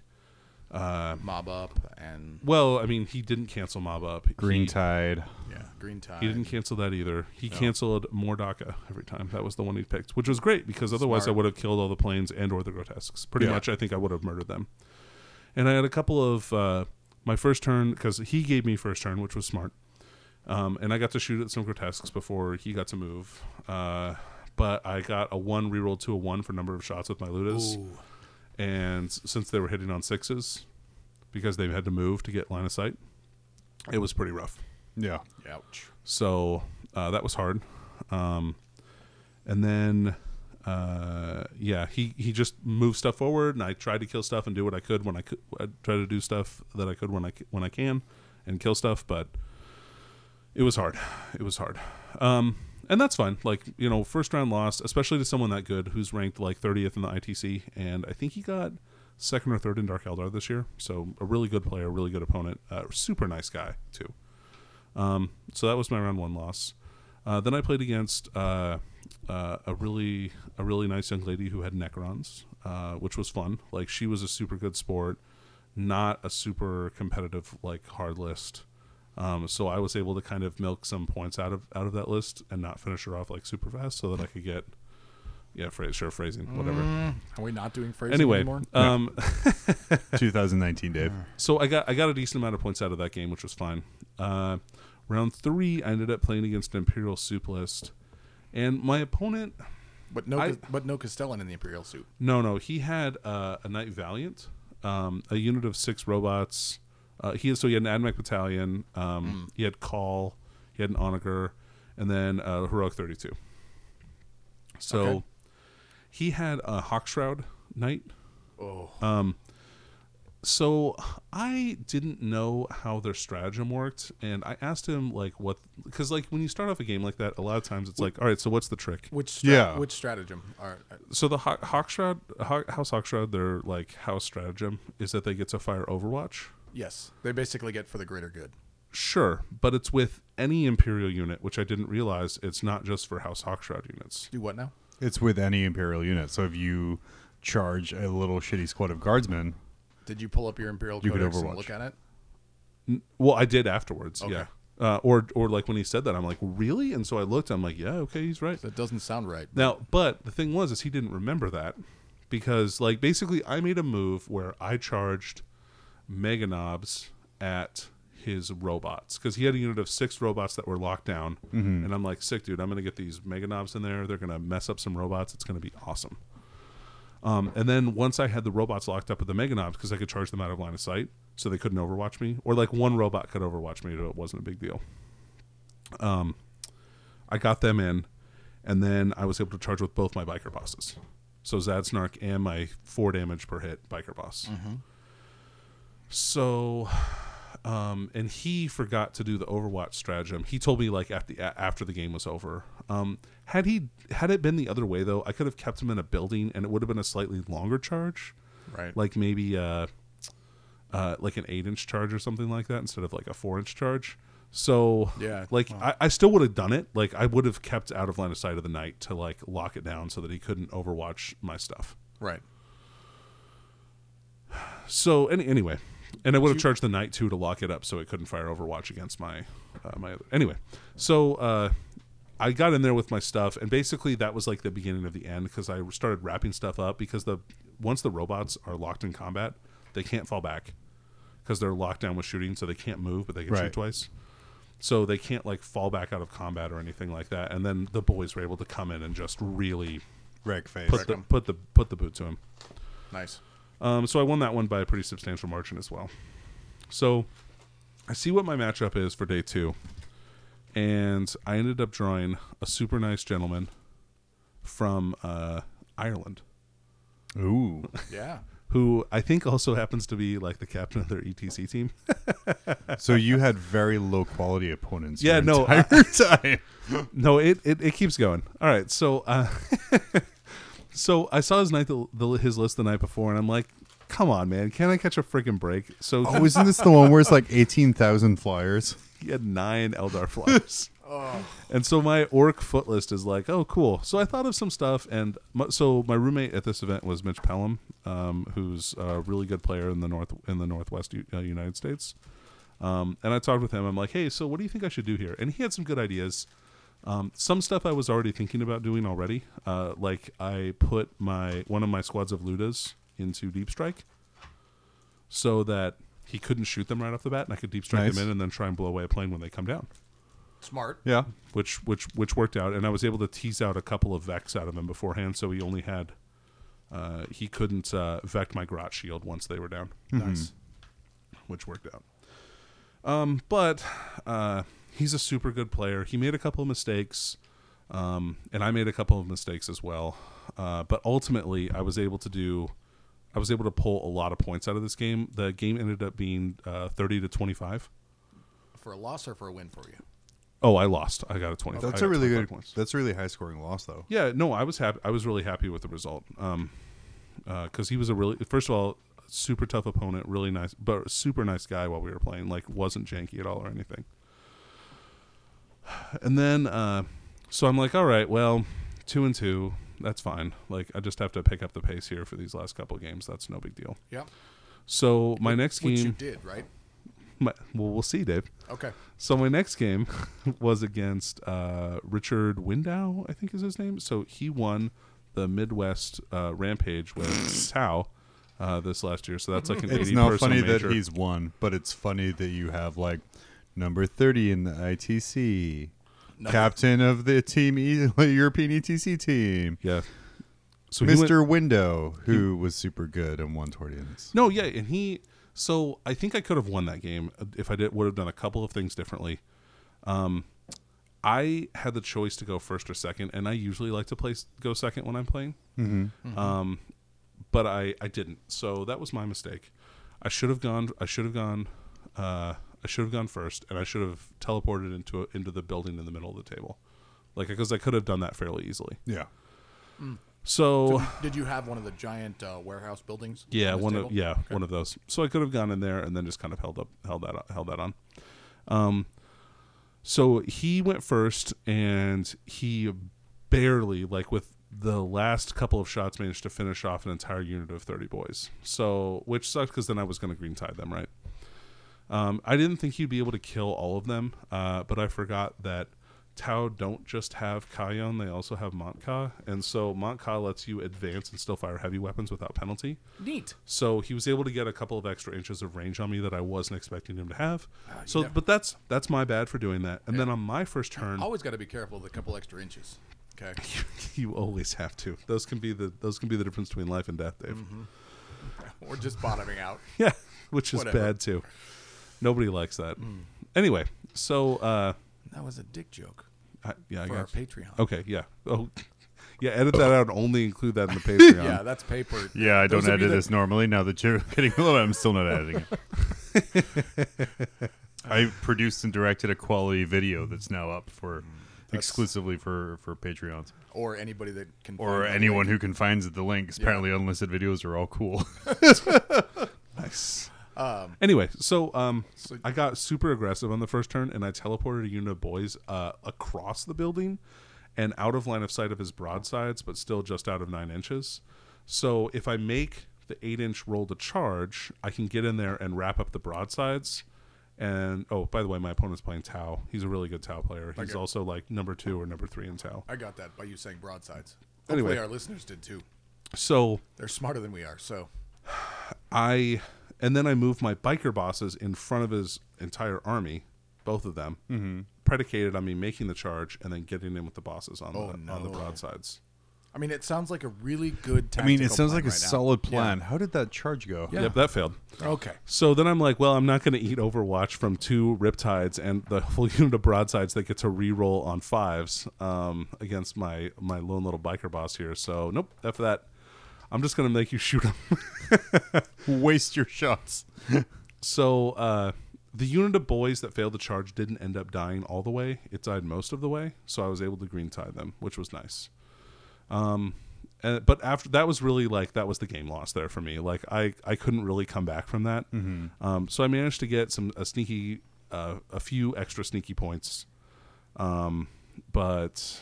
S1: mob up and
S3: well, I mean, he didn't cancel mob up.
S2: Green
S3: he,
S2: Tide.
S1: yeah, green tide.
S3: He didn't cancel that either. He canceled Mordaka every time. That was the one he picked, which was great because otherwise I
S1: Smart.
S3: would have killed all the planes and or the grotesques. Pretty
S2: Yeah.
S3: much, I think I would have murdered them. And I had a couple of uh, my first turn because he gave me first turn, which was smart. Um, and I got to shoot at some grotesques before he got to move. Uh, but I got a one rerolled to a one for number of shots with my ludas,
S1: Ooh.
S3: and s- since they were hitting on sixes, because they had to move to get line of sight, it was pretty rough.
S2: Yeah.
S1: Ouch.
S3: So uh, that was hard. Um, and then, uh, yeah, he, he just moved stuff forward, and I tried to kill stuff and do what I could when I could. I tried to do stuff that I could when I c- when I can, and kill stuff, but it was hard. It was hard. Um, and that's fine. Like you know, first round loss, especially to someone that good who's ranked like 30th in the ITC, and I think he got second or third in Dark Eldar this year. So a really good player, really good opponent, uh, super nice guy too. Um, so that was my round one loss. Uh, then I played against uh, uh, a really a really nice young lady who had Necrons, uh, which was fun. Like she was a super good sport, not a super competitive like hard list. Um, so I was able to kind of milk some points out of out of that list and not finish her off like super fast, so that I could get yeah, phrase, sure phrasing, whatever.
S1: Are we not doing phrasing
S3: anyway,
S1: anymore?
S3: um,
S2: 2019, Dave.
S3: so I got I got a decent amount of points out of that game, which was fine. Uh, round three, I ended up playing against an Imperial Soup list, and my opponent,
S1: But no,
S3: I-
S1: but no Castellan in the imperial suit.
S3: no, no, he had uh, a Knight Valiant, um, a unit of six robots. Uh, he so he had an Admech Battalion, um, he had Call, he had an Onager, and then uh, Heroic Thirty Two. So
S1: Okay.
S3: he had a Hawk Shroud Knight.
S1: Oh,
S3: so I didn't know how their stratagem worked, and I asked him like what because like when you start off a game like that, a lot of times it's like, all right, so what's the trick?
S1: which stra-
S2: Yeah.
S1: which stratagem? Are, uh,
S3: So the Hawk, Hawk Shroud, Hawk, House Hawk Shroud, their like house stratagem is that they get to fire Overwatch.
S1: yes, they basically get for the greater good.
S3: Sure, but it's with any Imperial unit, which I didn't realize it's not just for House Hawk Shroud units.
S1: Do what now?
S2: It's with any Imperial unit. So if you charge a little shitty squad of guardsmen,
S1: Did you pull up your imperial
S2: You could
S1: codex and
S2: Overwatch.
S1: look at it?
S3: Well, I did afterwards.
S1: Okay.
S3: Yeah. Uh, or or like when he said that, I'm like, really? And so I looked. I'm like, yeah, okay, he's right.
S1: That doesn't sound right.
S3: Now, but the thing was, is he didn't remember that because, like, basically, I made a move where I charged mega knobs at his robots because he had a unit of six robots that were locked down, and I'm like, sick, dude, I'm gonna get these mega knobs in there. They're gonna mess up some robots. It's gonna be awesome. Um, and then once I had the robots locked up with the mega knobs because I could charge them out of line of sight, so they couldn't overwatch me, or like one robot could overwatch me, so it wasn't a big deal. I got them in, and then I was able to charge with both my biker bosses. So Zadsnark and my four damage per hit biker boss. So, um, and he forgot to do the Overwatch stratagem. He told me like after the, a- after the game was over. Um, had he had it been the other way though, I could have kept him in a building, and it would have been a slightly longer charge
S1: Right.
S3: like maybe uh, uh, like an eight inch charge or something like that instead of like a four inch charge. So
S1: Yeah,
S3: like I, I still would have done it. Like I would have kept out of line of sight of the night to like lock it down so that he couldn't overwatch my stuff.
S1: right.
S3: So any, anyway, and I would have charged the knight too to lock it up so it couldn't fire overwatch against my uh, my other. Anyway, so uh, I got in there with my stuff, and basically that was like the beginning of the end because I started wrapping stuff up because the once the robots are locked in combat, they can't fall back because they're locked down with shooting, so they can't move, but they can
S2: Right.
S3: shoot twice. So they can't like fall back out of combat or anything like that. And then the boys were able to come in and just really
S2: Wreck face.
S3: put the, put the put the boot to him.
S1: Nice.
S3: Um, so I won that one by a pretty substantial margin as well. So I see what my matchup is for day two, and I ended up drawing a super nice gentleman from uh, Ireland,
S2: Ooh.
S1: Yeah.
S3: who I think also happens to be like the captain of their ETC team.
S2: So you had very low quality opponents.
S3: Yeah,
S2: your
S3: no, I-
S2: entire time.
S3: no, it, it it keeps going. All right, so uh, so I saw his night the, the, his list the night before, and I'm like, come on, man, can I catch a freaking break? So
S2: Oh, isn't this the one where it's like eighteen thousand flyers?
S3: he had nine Eldar flyers. And so my orc foot list is like, oh, cool. So I thought of some stuff, and my, so my roommate at this event was Mitch Pelham, um, who's a really good player in the north in the northwest U- uh, United States. Um, and I talked with him. I'm like, hey, so what do you think I should do here? And he had some good ideas. Um, some stuff I was already thinking about doing already. Uh, like I put my one of my squads of Ludas into deep strike, so that he couldn't shoot them right off the bat, and I could deep strike
S2: Nice.
S3: them in and then try and blow away a plane when they come down
S1: Smart.
S2: Yeah.
S3: which which which worked out, and I was able to tease out a couple of Vex out of him beforehand, so he only had uh, he couldn't uh, Vect my Grot Shield once they were down,
S2: Mm-hmm.
S1: Nice.
S3: which worked out. Um, but uh, he's a super good player. He made a couple of mistakes, um, and I made a couple of mistakes as well. Uh, but ultimately, I was able to do. I was able to pull a lot of points out of this game. The game ended up being uh, thirty to twenty-five.
S1: For a loss or for a win for you?
S3: Oh, I lost. I got a twenty. I
S2: That's
S3: got
S2: a really
S3: 25
S2: good.
S3: points.
S2: That's a really high scoring loss though.
S3: Yeah, no, I was happy. I was really happy with the result. Um, because he was a really first of all super tough opponent, really nice, but super nice guy while we were playing. Like wasn't janky at all or anything. And then, uh, so I'm like, all right, well, two and two, that's fine. Like I just have to pick up the pace here for these last couple games. That's no big deal.
S1: Yep.
S3: So my next
S1: Which you
S3: game,
S1: did, right?
S3: my, well, we'll see, Dave.
S1: Okay.
S3: So my next game was against uh, Richard Window, I think is his name. So he won the Midwest uh, Rampage with Tao uh, this last year. So that's like an
S2: It's
S3: 80
S2: not
S3: person
S2: funny
S3: major.
S2: that he's won, but it's funny that you have like number thirty in the ITC,
S1: No.
S2: captain of the team E- European ETC team,
S3: yeah. So he went-
S2: Mister Window, who was super good and won tournaments.
S3: no, yeah, and he. So I think I could have won that game if I did would have done a couple of things differently. Um, I had the choice to go first or second, and I usually like to play go second when I'm playing. Um, but I I didn't, so that was my mistake. I should have gone. I should have gone. Uh, I should have gone first, and I should have teleported into a, into the building in the middle of the table, like because I could have done that fairly easily.
S2: Yeah.
S3: So,
S1: Did you have one of the giant uh, warehouse buildings?
S3: yeah,
S1: on this
S3: one of
S1: table?
S3: yeah one of those. So I could have gone in there and then just kind of held up held that held that on. Um, So he went first, and he barely, like with the last couple of shots, managed to finish off an entire unit of thirty boys. So, which sucked because then I was going to green tide them, right? Um, I didn't think he'd be able to kill all of them, uh, but I forgot that Tau don't just have Kayon; they also have Montca, and so Montca lets you advance and still fire heavy weapons without penalty.
S1: Neat.
S3: So he was able to get a couple of extra inches of range on me that I wasn't expecting him to have.
S1: Ah, you
S3: so,
S1: never-
S3: but that's that's my bad for doing that. And then on my first turn,
S1: Always got to be careful with a couple extra inches. Okay.
S3: you always have to. Those can be the those can be the difference between life and death, Dave.
S1: Mm-hmm. We're just bottoming out.
S3: Yeah, which is
S1: Whatever. Hmm.
S3: bad too. Nobody likes that. Anyway, so uh,
S1: That was a dick joke.
S3: I, yeah, I
S1: for our
S3: got you.
S1: Patreon.
S3: Okay, yeah. Oh, yeah. Edit that out. Only include that in the Patreon.
S1: Yeah, that's paper.
S2: Yeah, I
S1: Those
S2: don't
S1: of you
S2: edit
S1: that-
S2: this normally. Now that you're getting a little, I'm still not editing it. I produced and directed a quality video that's now up for exclusively for for Patreons
S1: Or anybody that can.
S2: or
S1: find that
S2: anyone
S1: link.
S2: who can find the links. Apparently, unlisted videos are all cool.
S3: Nice. anyway, so um, I got super aggressive on the first turn, and I teleported a unit of boys uh, across the building and out of line of sight of his broadsides, but still just out of nine inches. So if I make the eight inch roll to charge, I can get in there and wrap up the broadsides. And oh, by the way, my opponent's playing Tau. He's a really good Tau player. He's
S1: Okay.
S3: also like number two or number three in Tau.
S1: I got that by you saying broadsides. Hopefully,
S3: Anyway.
S1: our listeners did too.
S3: So
S1: They're smarter than we are. So
S3: I and then I moved my biker bosses in front of his entire army, both of them, mm-hmm. predicated on me making the charge and then getting in with the bosses on the on
S1: no.
S3: the broadsides.
S1: I mean, it sounds like a really good.
S2: I mean,
S1: tactical
S2: it sounds
S1: plan
S2: like a
S1: right now.
S2: solid plan. How did that charge go?
S3: Yep, that failed.
S1: Okay.
S3: So then I'm like, well, I'm not going to eat Overwatch from two Riptides and the full unit of broadsides that get to re-roll on fives um, against my my lone little biker boss here. So nope, after that, I'm just going to make you shoot him.
S2: Waste your shots.
S3: So uh, the unit of boys that failed the charge didn't end up dying all the way. It died most of the way, so I was able to green tie them, which was nice. Um, and, but after that was really like that was the game loss there for me. Like I I couldn't really come back from that. Um, so I managed to get some a sneaky uh, a few extra sneaky points. Um, but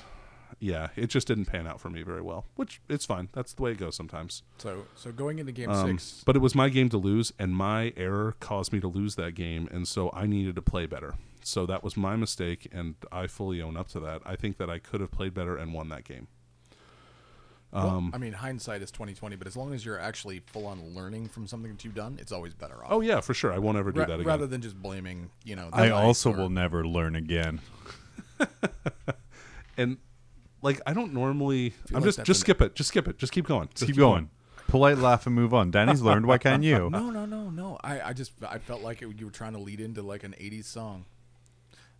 S3: yeah, it just didn't pan out for me very well, which it's fine. That's the way it goes sometimes.
S1: So so going into game
S3: Um,
S1: six.
S3: but it was my game to lose, and my error caused me to lose that game, and so I needed to play better. So that was my mistake, and I fully own up to that. I think that I could have played better and won that game.
S1: well,
S2: um,
S1: I mean, hindsight is twenty twenty, but as long as you're actually full on learning from something that you've done, it's always better off.
S3: Oh yeah, for sure. I won't ever do
S1: Ra-
S3: that again.
S1: rather than just blaming, you know. the
S2: I
S1: light
S2: also
S1: or-
S2: will never learn again.
S3: and like, I don't normally. I'm
S1: like
S3: just
S1: that's
S3: just
S1: an-
S3: skip it. Just skip it. Just keep going. Just
S2: Keep going. Polite laugh and move on. Danny's learned. Why can't you?
S1: No, no, no, no. I, I just I felt like it, you were trying to lead into like an '80s song.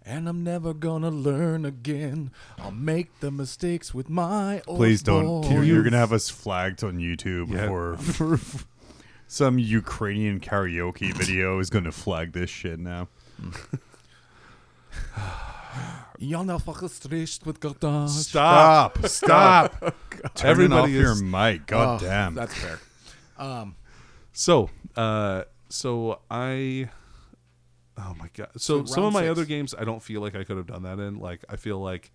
S1: And I'm never gonna learn again. I'll make the mistakes with my old
S2: Please don't.
S1: boys.
S2: You're, you're gonna have us flagged on YouTube
S3: Yeah.
S2: for, for- some Ukrainian karaoke video is gonna flag this shit now.
S1: Jana verstrickt with Kartage.
S3: Stop. Stop.
S2: Turn
S3: Everybody
S2: off your
S3: is-
S2: mic.
S1: Oh,
S2: God damn.
S1: That's fair. Um,
S3: So, uh, so I, oh my god.
S1: So
S3: So some of
S1: round
S3: my
S1: six.
S3: other games, I don't feel like I could have done that in. Like I feel like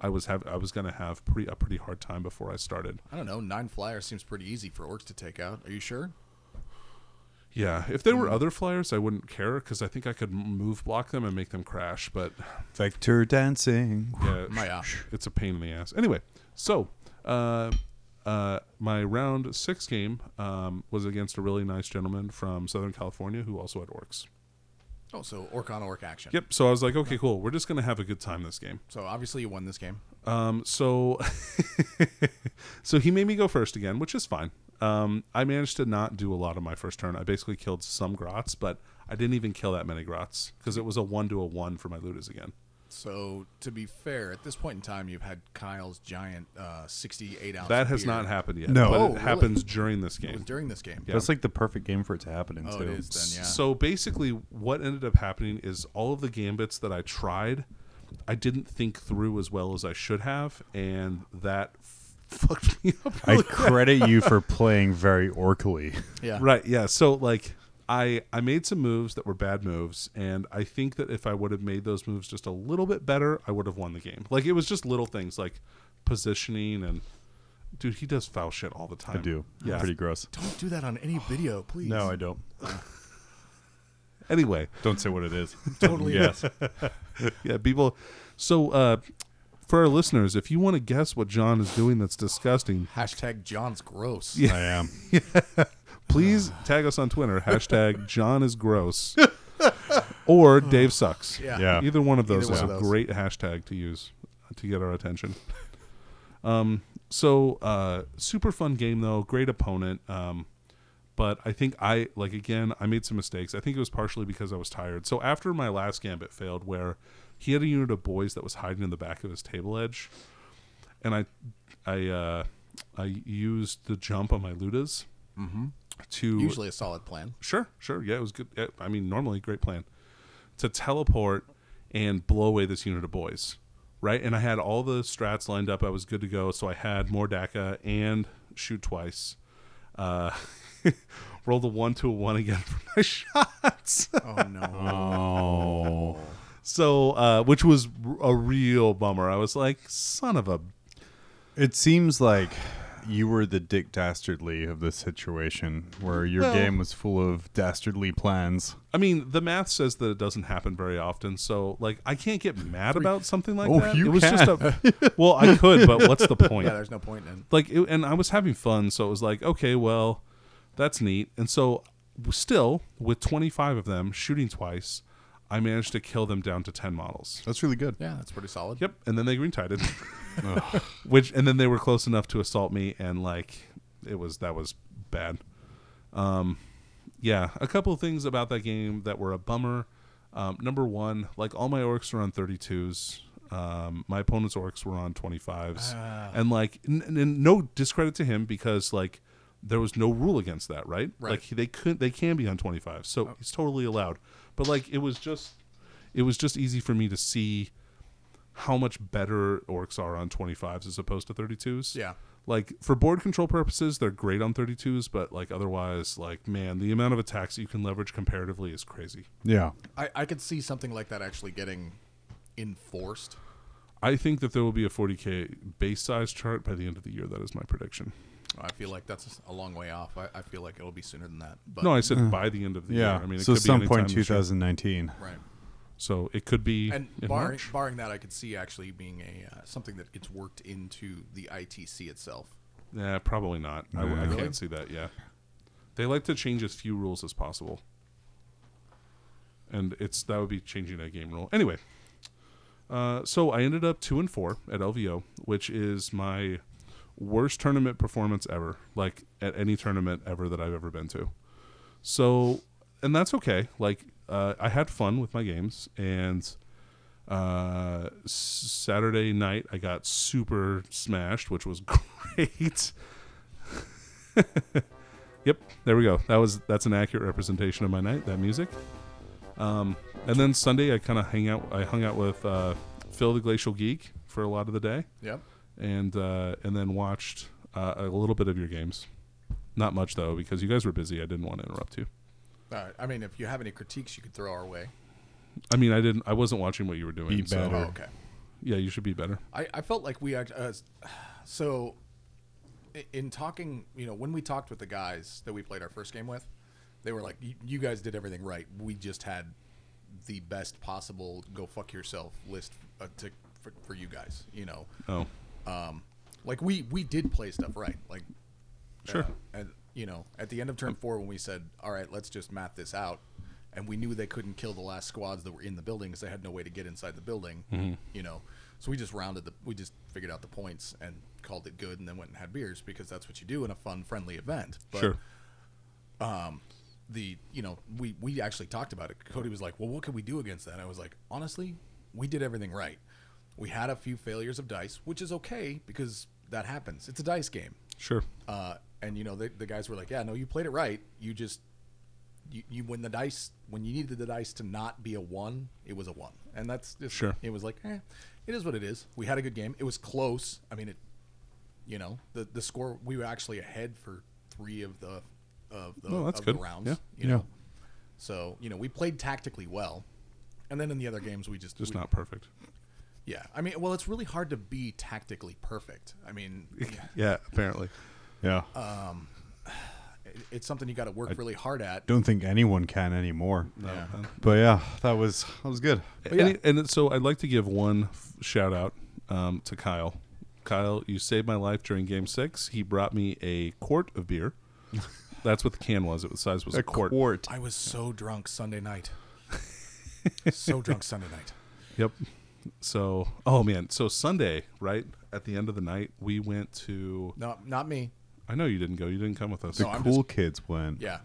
S3: I was have I was gonna have pretty a pretty hard time before I started.
S1: I don't know. Nine flyers seems pretty easy for orcs to take out. Are you sure?
S3: Yeah, if there were other flyers, I wouldn't care because I think I could m- move block them and make them crash. But
S2: Vector dancing.
S3: yeah,
S1: My gosh.
S3: it's a pain in the ass. Anyway, so uh, uh, my round six game um, was against a really nice gentleman from Southern California who also had orcs.
S1: Oh, so orc on orc action.
S3: Yep. So I was like, okay, cool. We're just gonna have a good time this game.
S1: So obviously you won this game.
S3: Um, so, so he made me go first again, which is fine. Um, I managed to not do a lot of my first turn. I basically killed some grots, but I didn't even kill that many grots because it was a one to a one for my lutas again.
S1: So to be fair, at this point in time, you've had Kyle's giant uh, 68 ounce.
S3: That has
S1: beer.
S3: not happened yet.
S2: No.
S3: but
S2: Oh,
S3: it
S1: really?
S3: happens during this
S1: It was
S3: game.
S1: during this game.
S3: Yeah.
S2: That's like the perfect game for it to happen in
S1: Oh,
S2: too.
S1: it is then. Yeah.
S3: So basically, what ended up happening is all of the gambits that I tried, I didn't think through as well as I should have, and that f- fucked me up.
S2: I credit you for playing very orcally.
S1: yeah.
S3: Right. Yeah. So like I I made some moves that were bad moves, and I think that if I would have made those moves just a little bit better, I would have won the game. Like it was just little things like positioning and dude, he does foul shit all the time.
S2: I do.
S3: Yeah.
S2: Pretty gross.
S1: Don't do that on any video, please.
S2: No, I don't.
S3: Anyway,
S2: Don't say what it is.
S1: Totally.
S2: yes.
S3: yeah, people. So uh, for our listeners, if you want to guess what John is doing that's disgusting,
S1: Hashtag John's gross.
S3: Yeah.
S2: I am.
S3: please tag us on Twitter hashtag John is gross or Dave sucks.
S1: Yeah.
S2: Yeah.
S3: Either one of those
S1: Either
S3: is
S1: one
S3: a
S1: of those.
S3: great hashtag to use to get our attention. Um, so uh, super fun game though, great opponent. Um, but I think I like again, I made some mistakes. I think it was partially because I was tired. So after my last gambit failed, where He had a unit of boys that was hiding in the back of his table edge, and I, I, uh, I used the jump on my ludas to
S1: Mm-hmm. Usually a solid plan.
S3: Sure, sure. Yeah, it was good. yeah, I mean, normally great plan to teleport and blow away this unit of boys, right? And I had all the strats lined up. I was good to go. So I had more DACA and shoot twice. Uh, rolled a one to a one again for my shots.
S1: Oh no.
S2: Oh,
S3: so, uh, which was r- a real bummer. I was like, son of a.
S2: it seems like you were the Dick Dastardly of this situation, where your
S3: Well-
S2: game was full of dastardly plans.
S3: I mean, the math says that it doesn't happen very often. So, like, I can't get mad about something like
S2: Oh,
S3: that.
S2: you
S3: it was just
S2: can.
S3: a. Well, I could, but what's the point?
S1: yeah, there's no point in.
S3: like it, and i was having fun so it was like okay well that's neat and so still with 25 of them shooting twice i managed to kill them down to 10 models
S2: That's really good.
S1: Yeah, that's pretty solid.
S3: yep and then they green tided which and then they were close enough to assault me and like it was that was bad um yeah a couple of things about that game that were a bummer um, number one like all my orcs are on 32s um, my opponent's orcs were on 25s
S1: Ah.
S3: and like n- n- no discredit to him because like there was no rule against that right,
S1: Right. Oh.
S3: like they could they can be on 25 so he's totally allowed but like it was just it was just easy for me to see how much better orcs are on 25s as opposed to 32s
S1: Yeah.
S3: like for board control purposes they're great on 32s but like otherwise like man the amount of attacks that you can leverage comparatively is crazy
S2: Yeah.
S1: I, I could see something like that actually getting enforced.
S3: i think that there will be a 40k base size chart by the end of the year that is my prediction
S1: I feel like that's a long way off. I, I feel like it'll be sooner than that. But
S3: no i said by the end of the
S2: Mm. Yeah.
S3: year i mean it
S2: so
S3: could
S2: some
S3: be
S2: point
S3: anytime this year.
S2: 2019.
S1: right.
S3: so it could be
S1: And
S3: in
S1: barring,
S3: March.
S1: barring that, I could see actually being a uh, something that gets worked into the ITC itself.
S3: Yeah, Eh, probably not. I, I
S2: Really?
S3: can't see that. Yeah, they like to change as few rules as possible, and it's that would be changing that game rule anyway. Uh, so I ended up two and four at LVO, which is my worst tournament performance ever, like at any tournament ever that I've ever been to. So, and that's okay. Like uh, I had fun with my games, and uh, s- Saturday night I got super smashed, which was great. yep, there we go. That was that's an accurate representation of my night. That music. Um, and then Sunday I kind of hang out. I hung out with uh, Phil the Glacial Geek for a lot of the day,
S1: Yep.
S3: and uh, and then watched uh, a little bit of your games. Not much though, because you guys were busy. I didn't want to interrupt you.
S1: All right. Uh, I mean, if you have any critiques, you could throw our way.
S3: I mean, I didn't. I wasn't watching what you were doing.
S2: Be
S3: so-
S1: Oh,
S2: better. Sure.
S1: okay.
S3: yeah, you should be better.
S1: I, I felt like we act- uh, so i- in talking you know when we talked with the guys that we played our first game with they were like "You- you guys did everything right we just had the best possible go fuck yourself list uh, to, for, for you guys you know
S3: Oh,
S1: um, like we we did play stuff right like uh,
S3: Sure.
S1: and you know at the end of turn four when we said all right let's just map this out and we knew they couldn't kill the last squads that were in the building because they had no way to get inside the building
S3: Mm-hmm.
S1: you know so we just rounded the we just figured out the points and called it good and then went and had beers because that's what you do in a fun friendly event but
S3: sure.
S1: the you know we we actually talked about it cody was like well what can we do against that and i was like honestly we did everything right we had a few failures of dice which is okay because that happens it's a dice game
S3: Sure.
S1: uh, and you know the, the guys were like yeah no you played it right you just you, you when the dice when you needed the dice to not be a one it was a one and that's just
S3: Sure.
S1: it was like eh, it is what it is we had a good game it was close i mean it you know the the score we were actually ahead for three of the of the,
S3: Oh, that's
S1: of
S3: good.
S1: the rounds
S3: Yeah.
S1: you know so you know we played tactically well and then in the other games we just,
S3: Just
S1: we-
S3: not perfect.
S1: yeah i mean well it's really hard to be tactically perfect i mean
S3: Yeah, apparently. Uh,
S2: Yeah.
S1: it- it's something you got to work really hard at
S2: Don't think anyone can anymore.
S1: Yeah.
S2: But yeah, that was that was good.
S3: And, and so I'd like to give one f- shout out um, to Kyle. Kyle, you saved my life during Game Six. He brought me a quart of beer. That's what the can was. It was size was a, quart.
S1: I was so drunk Sunday night. so drunk Sunday night.
S3: Yep. So, oh man. So Sunday, right at the end of the night, we went to.
S1: No, not me.
S3: I know you didn't go. You didn't come with us.
S2: The
S1: No, I'm
S2: cool kids went.
S1: Yeah.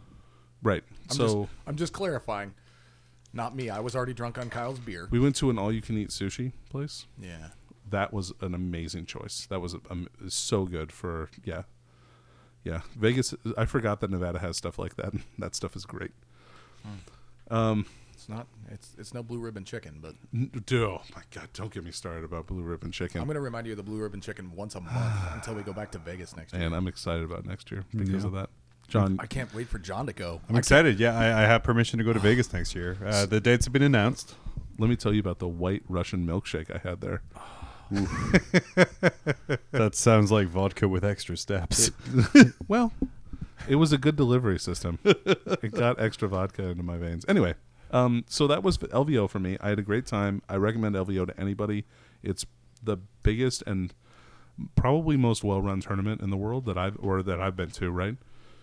S3: Right.
S1: I'm
S3: so
S1: just, I'm just clarifying. Not me. I was already drunk on Kyle's beer.
S3: We went to an all-you-can-eat sushi place.
S1: Yeah.
S3: That was an amazing choice. That was um, so good for yeah, yeah. Vegas. I forgot that Nevada has stuff like that. That stuff is great.
S1: It's not. It's it's no blue ribbon chicken, but
S3: N- dude, Oh my god! Don't get me started about blue ribbon chicken.
S1: I'm going to remind you of the blue ribbon chicken once a month until we go back to Vegas next year.
S3: and I'm excited about next year because of that. John,
S1: I can't wait for John to go.
S2: I'm excited. Yeah, I, I have permission to go to Vegas next year. Uh, the dates have been announced.
S3: let me tell you about the white Russian milkshake I had there.
S2: That sounds like vodka with extra steps.
S3: Well, it was a good delivery system. it got extra vodka into my veins. Anyway, um, so that was LVO for me. I had a great time. I recommend LVO to anybody. It's the biggest and probably most well-run tournament in the world that I've or that I've been to. Right?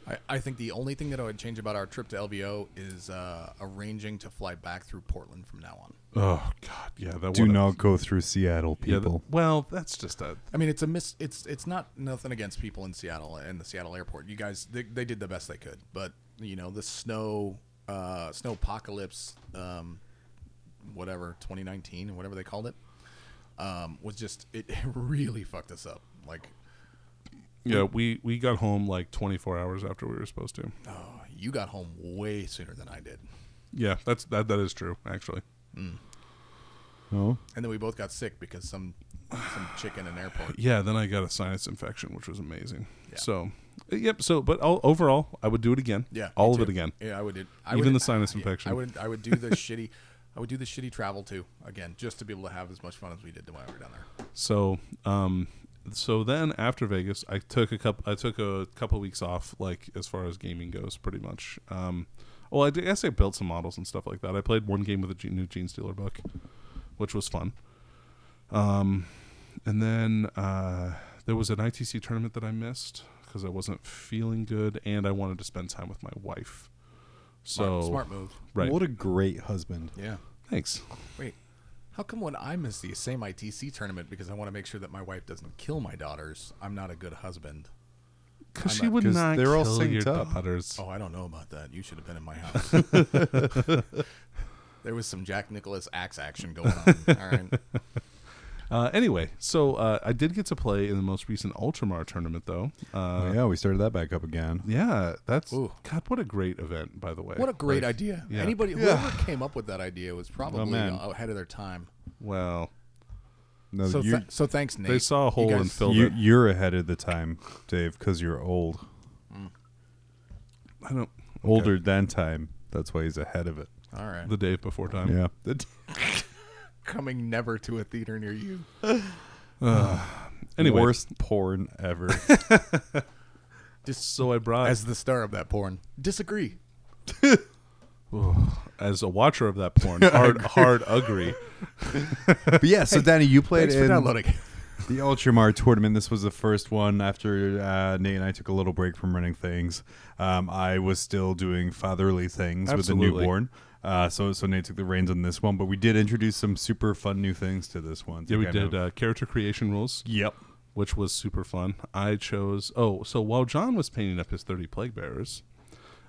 S1: I, I think the only thing that I would change about our trip to LVO is uh, arranging to fly back through Portland from now on.
S3: Oh God, yeah. That
S2: Do
S3: one-
S2: not go through Seattle,
S3: Yeah, that-
S2: people.
S3: well, that's just a
S1: I mean, it's a miss. It's it's not nothing against people in Seattle and the Seattle airport. You guys, they, they did the best they could, but you know, the snow, uh, snow apocalypse, um, whatever 2019 or whatever they called it, um, was just it, really fucked us up. Like,
S3: yeah. We we got home like 24 hours after we were supposed to.
S1: oh, you got home way sooner than I did,
S3: Yeah, that's that that is true actually.
S2: Oh,
S1: and then we both got sick because some some chick in an airport.
S3: yeah then i got a sinus infection which was amazing
S1: Yeah.
S3: so uh, yep so but all, overall i would do it again
S1: Yeah, me
S3: all of
S1: too.
S3: it again
S1: Yeah, I would. do- I
S3: Even
S1: would-
S3: the sinus
S1: yeah,
S3: infection.
S1: I would. I would do the shitty. I would do the shitty travel too again, just to be able to have as much fun as we did while we were down there.
S3: so um so then after vegas i took a couple i took a couple weeks off like as far as gaming goes pretty much um well i d- guess i built some models and stuff like that i played one game with a G- new gene stealer book which was fun um and then uh there was an itc tournament that i missed because i wasn't feeling good and i wanted to spend time with my wife so
S1: smart, smart move.
S3: Right.
S2: What a great husband.
S1: Yeah.
S3: Thanks.
S1: Wait, how come when I miss the same ITC tournament because I want to make sure that my wife doesn't kill my daughters, I'm not a good husband?
S3: Because
S1: I'm
S3: she
S1: not-
S3: would
S2: 'Cause
S3: not.
S2: they're all
S3: kill
S2: synced
S3: your
S2: up.
S3: daughters.
S1: Oh, I don't know about that. You should have been in my house. there was some Jack Nicholas axe action going on. All right.
S3: Uh, anyway, so uh, I did get to play in the most recent Ultramar tournament, though. Uh,
S2: Oh, yeah, we started that back up again.
S3: yeah, that's
S1: Ooh.
S3: God. What a great event, by the way.
S1: What a great
S3: Like,
S1: idea.
S3: yeah.
S1: Anybody, whoever came up with that idea was probably
S2: man.
S1: uh, ahead of their time.
S3: Well,
S2: No,
S1: So,
S2: Oh, you,
S1: tha- so thanks, Nate.
S3: they saw a hole
S1: guys-
S3: and filled
S2: you,
S3: it.
S2: you're ahead of the time, Dave, because you're old.
S3: I don't.
S2: Older than time. That's why he's ahead of it.
S1: All right.
S3: The day before time.
S2: Yeah.
S1: Coming never to a theater near you.
S3: Anyway,
S2: Worst porn ever.
S1: Dis-
S3: so I brought as,
S1: as the star of that porn. Disagree.
S3: a watcher of that porn, hard, hard agree.
S2: but yeah, so Danny, you played
S1: Thanks for
S2: in
S1: downloading.
S2: the Ultramar tournament. This was the first one after uh, Nate and I took a little break from running things. Um, I was still doing fatherly things with a
S3: Absolutely.
S2: newborn. Uh, so so Nate took the reins on this one, but we did introduce some super fun new things to this one. to
S3: Yeah, we
S2: kind of-
S3: did uh, character creation rules,
S2: yep.
S3: which was super fun. I chose. Oh, so while John was painting up his thirty plague bearers,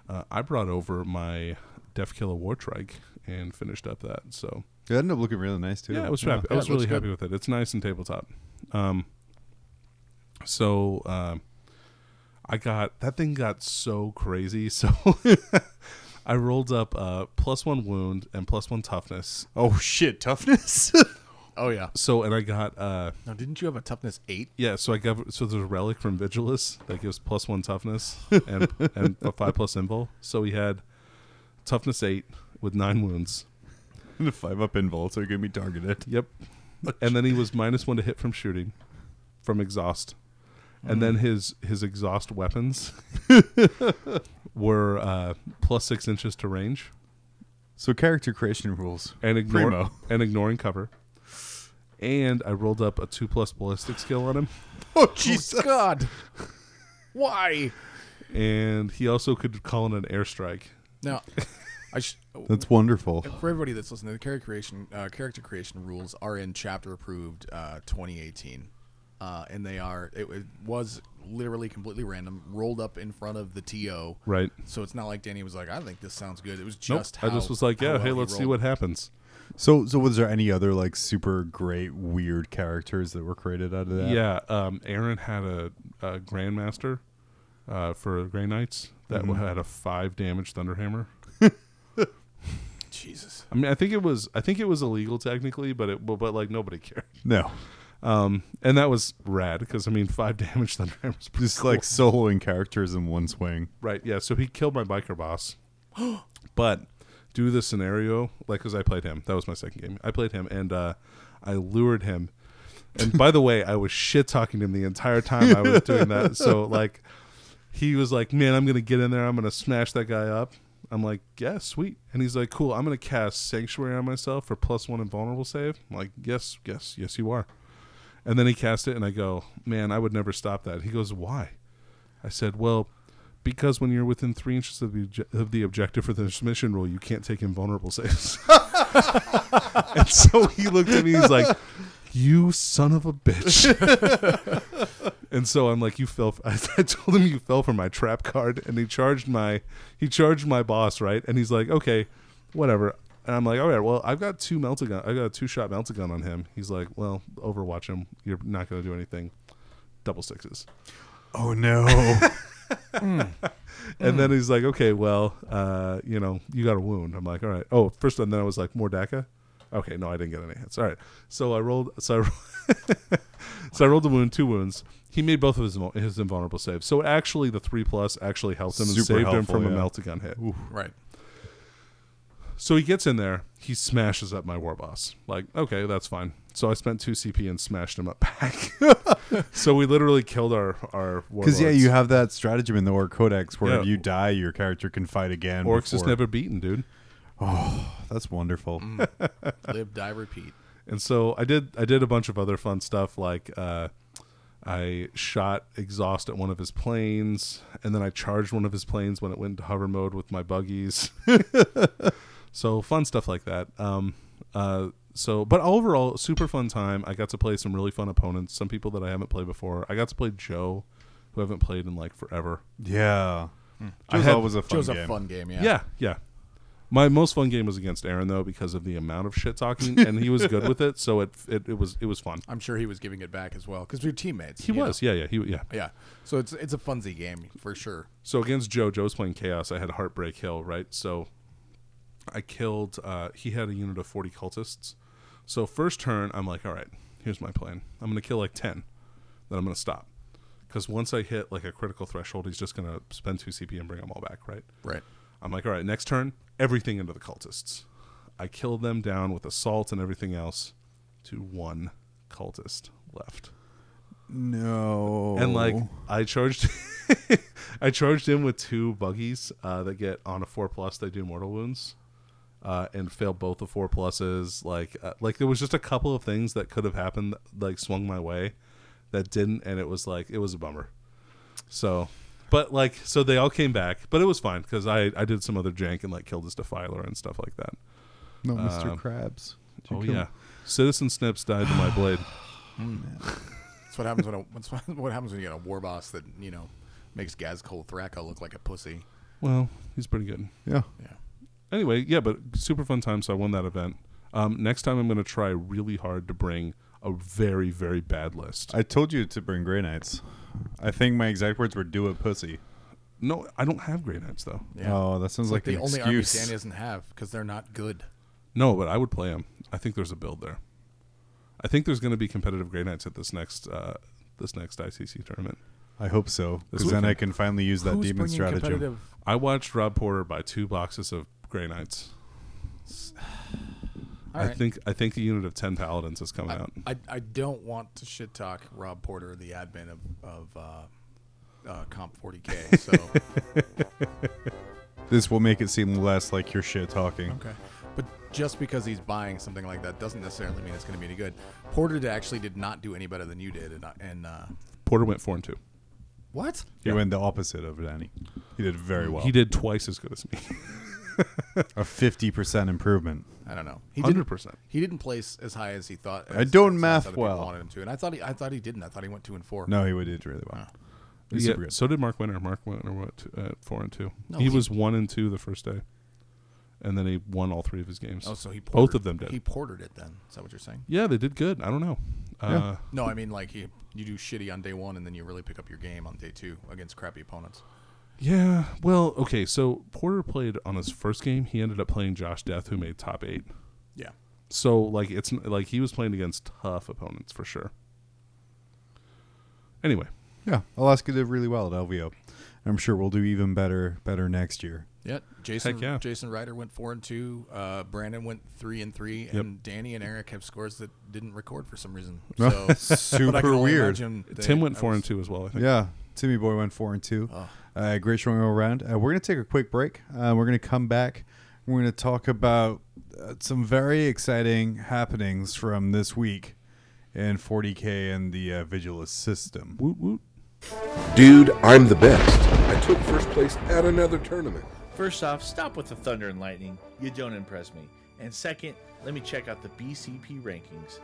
S3: uh, I brought over my Death Killer War Trike and finished up that. So
S2: It ended up looking really nice too.
S3: Yeah, I was happy. I
S1: it looks
S3: was really
S1: good.
S3: happy with it. It's nice and tabletop. Um, so uh, I got that thing got so crazy. So I rolled up uh, plus one wound and plus one toughness.
S2: Oh shit, toughness.
S1: Oh, yeah.
S3: So and I got uh,
S1: Now, didn't you have a toughness eight?
S3: yeah. So I got so there's a relic from Vigilus that gives plus one toughness and and a five plus invul. So he had toughness eight with nine wounds.
S2: the five up invul, so you're gonna be targeted.
S3: Yep. And then he was minus one to hit from shooting, from exhaust, and
S1: Mm.
S3: then his his exhaust weapons were uh, plus six inches to range
S2: So character creation rules.
S3: and ignore
S2: Primo.
S3: and ignoring cover. And I rolled up a two plus ballistic skill on him,
S2: Oh
S1: Oh, God. Why?
S3: and he also could call in an airstrike.
S1: Now, I sh-
S2: That's wonderful.
S1: for everybody that's listening, the character creation uh, character creation rules are in chapter approved uh, 2018. uh, and they are it, it was literally completely random, rolled up in front of the TO.
S3: Right.
S1: So it's not like Danny was like, "I think this sounds good." It was
S3: Nope.
S1: just
S3: I
S1: how-
S3: just was like,
S1: how
S3: yeah,
S1: well
S3: hey,
S1: he
S3: let's see
S1: rolled.
S3: what happens.
S2: So, so was there any other like super great weird characters that were created out of that?
S3: Yeah, um, Aaron had a, a grandmaster uh, for Grey Knights that
S1: Mm-hmm.
S3: had a five damage thunderhammer.
S1: Jesus.
S3: I mean, I think it was I think it was illegal technically, but it but, but like nobody cared.
S2: No,
S3: Um, and that was rad because I mean, five damage thunderhammers. Pretty
S2: just like soloing characters in one swing.
S3: Right. Yeah. So he killed my biker boss. but do the scenario like because I played him. That was my second game. I played him and uh, I lured him. And by the way, I was shit talking to him the entire time I was doing that. So like, he was like, "Man, I'm gonna get in there. I'm gonna smash that guy up." I'm like, "Yeah, sweet." And he's like, "Cool. I'm gonna cast Sanctuary on myself for plus one invulnerable save." I'm like, "Yes, yes, yes, you are." And then he cast it, and I go, "Man, I would never stop that." He goes, "Why?" I said, "Well, because when you're within three inches of the obje- of the objective for the submission rule, you can't take invulnerable saves." and so he looked at me. He's like, "You son of a bitch!" and so I'm like, "You fell." f- I told him you fell for my trap card, and he charged my he charged my boss right, and he's like, "Okay, whatever." And I'm like, all right, well, I've got two melted gun. I got a two shot melted gun on him. He's like, well, Overwatch him. You're not going to do anything. Double sixes.
S2: Oh no!
S3: And
S2: Mm-hmm.
S3: then he's like, okay, well, uh, you know, you got a wound. I'm like, all right. Oh, first, and then I was like, more DACA? Okay, no, I didn't get any hits. All right. So I rolled, so I, ro- so I rolled the wound, two wounds. He made both of his, invul- his invulnerable saves. So actually, the three plus actually helped him and
S2: Super
S3: saved him
S2: helpful,
S3: from a
S2: yeah.
S3: melted gun hit.
S1: Right.
S3: So he gets in there, he smashes up my war boss. Like, okay, that's fine. So I spent two CP and smashed him up back. so we literally killed our our war.
S2: Because yeah, you have that stratagem in the Orc Codex where if
S3: Yeah.
S2: you die, your character can fight again.
S3: orcs is
S2: before-
S3: never beaten, dude.
S2: That's wonderful.
S1: Mm. Live, die, repeat.
S3: and so I did I did a bunch of other fun stuff like uh, I shot exhaust at one of his planes and then I charged one of his planes when it went into hover mode with my buggies. so fun stuff like that. Um, uh, so but overall super fun time. I got to play some really fun opponents, some people that I haven't played before. I got to play Joe who I haven't played in like forever.
S2: Yeah,
S3: I
S2: Joe's
S3: had-
S2: always a Mm. fun
S1: Joe's
S2: game.
S1: a fun game, yeah.
S3: Yeah, yeah. My most fun game was against Aaron though because of the amount of shit talking and he was good with it, so it it, it was it was fun.
S1: I'm sure he was giving it back as well because we were teammates.
S3: He
S1: you
S3: was,
S1: know?
S3: yeah, yeah, he yeah.
S1: Yeah. So it's it's a funsy game for sure.
S3: So against Joe, Joe's playing Chaos. I had Heartbreak Hill, right? So I killed. Uh, he had a unit of forty cultists. So first turn, I'm like, all right, here's my plan. I'm gonna kill like ten, then I'm gonna stop, because once I hit like a critical threshold, he's just gonna spend two CP and bring them all back, right?
S1: Right.
S3: I'm like, all right, next turn, everything into the cultists. I killed them down with assault and everything else, to one cultist left
S2: No,
S3: and like I charged, I charged him with two buggies uh, that get on a four plus. They do mortal wounds, uh, and fail both the four pluses. Like uh, like there was just a couple of things that could have happened that like swung my way, that didn't, and it was like it was a bummer. So, but like so they all came back, but it was fine because I I did some other jank and like killed his defiler and stuff like that.
S2: no, Mr. Krabs. Did you kill
S3: oh
S2: him?
S3: yeah, citizen snips died to my blade.
S1: That's what happens when a, that's what- what happens when you got a war boss that you know makes Gazcol Thraka look like a pussy.
S3: Well, he's pretty good.
S2: yeah.
S1: Yeah.
S3: anyway, yeah, but super fun time. So I won that event. Um, next time I'm going to try really hard to bring a very very bad list.
S2: I told you to bring Grey Knights. I think my exact words were "do it, pussy."
S3: no, I don't have Grey Knights though.
S1: Yeah.
S2: Oh, that
S1: it's
S2: sounds like,
S1: like the
S2: an
S1: only army
S2: excuse.
S1: Danny doesn't have because they're not good.
S3: No, but I would play them. I think there's a build there. I think there's going to be competitive Grey Knights at this next uh, this next ICC tournament.
S2: I hope so,
S3: This
S2: because then I can
S3: weekend.
S2: finally use that
S1: Who's
S2: demon
S1: bringing
S2: stratagem.
S1: competitive-
S3: I watched Rob Porter buy two boxes of Grey Knights.
S1: All
S3: I
S1: right.
S3: think I think the unit of ten paladins is coming out.
S1: I, I don't want to shit talk Rob Porter, the admin of, of uh, uh, Comp 40K. So
S2: This will make it seem less like you're shit talking.
S1: okay, but just because he's buying something like that doesn't necessarily mean it's going to be any good. Porter did- actually did not do any better than you did, and, I- and uh,
S3: Porter went four and two.
S1: what?
S2: You
S3: Yeah.
S2: went the opposite of Danny. He did very well.
S3: He did twice as good as me.
S2: A fifty percent improvement.
S1: I don't know. He
S3: Hundred
S1: didn't.
S3: percent.
S1: He didn't place as high as he thought. As,
S2: I don't
S1: as
S2: math
S1: other people
S2: well.
S1: Wanted him to, and I thought he. I thought he didn't. I thought he went two and four.
S2: No, he would did really well. He's
S3: Yeah,
S2: super good.
S3: so did Mark Winter. Mark Winter went at four and two.
S1: No,
S3: he
S1: he-
S3: was one and two the first day, and then he won all three of his games.
S1: Oh, so he portered,
S3: both of them did.
S1: He portered it. Then is that what you're saying?
S3: yeah, they did good. I don't know. Uh,
S1: No, I mean like he. You do shitty on day one, and then you really pick up your game on day two against crappy opponents.
S3: yeah. Well, okay. So Porter played on his first game. He ended up playing Josh Death, who made top eight.
S1: Yeah.
S3: So like it's n- like he was playing against tough opponents for sure. Anyway,
S2: Yeah, Alaska did really well at LVO. I'm sure we'll do even better better next year.
S1: Yeah, Jason.
S3: Heck yeah.
S1: Jason Ryder went four and two. Uh, Brandon went three and three, and Danny and Eric have scores that didn't record for some reason. So but I can
S2: super
S1: only
S2: weird.
S1: imagine they-
S3: Tim went
S1: I
S3: four
S1: was-
S3: and two as well. I think.
S2: Yeah, Timmy Boy went four and two.
S3: Oh.
S2: Uh, great showing all around. Uh, we're gonna take a quick break. Uh, we're gonna come back. We're gonna talk about uh, some very exciting happenings from this week in 40k and the uh, Vigilus system.
S3: Woot woot.
S4: Dude, I'm the best. I took first place at another tournament.
S5: First off, stop with the thunder and lightning. You don't impress me. And second, let me check out the BCP rankings.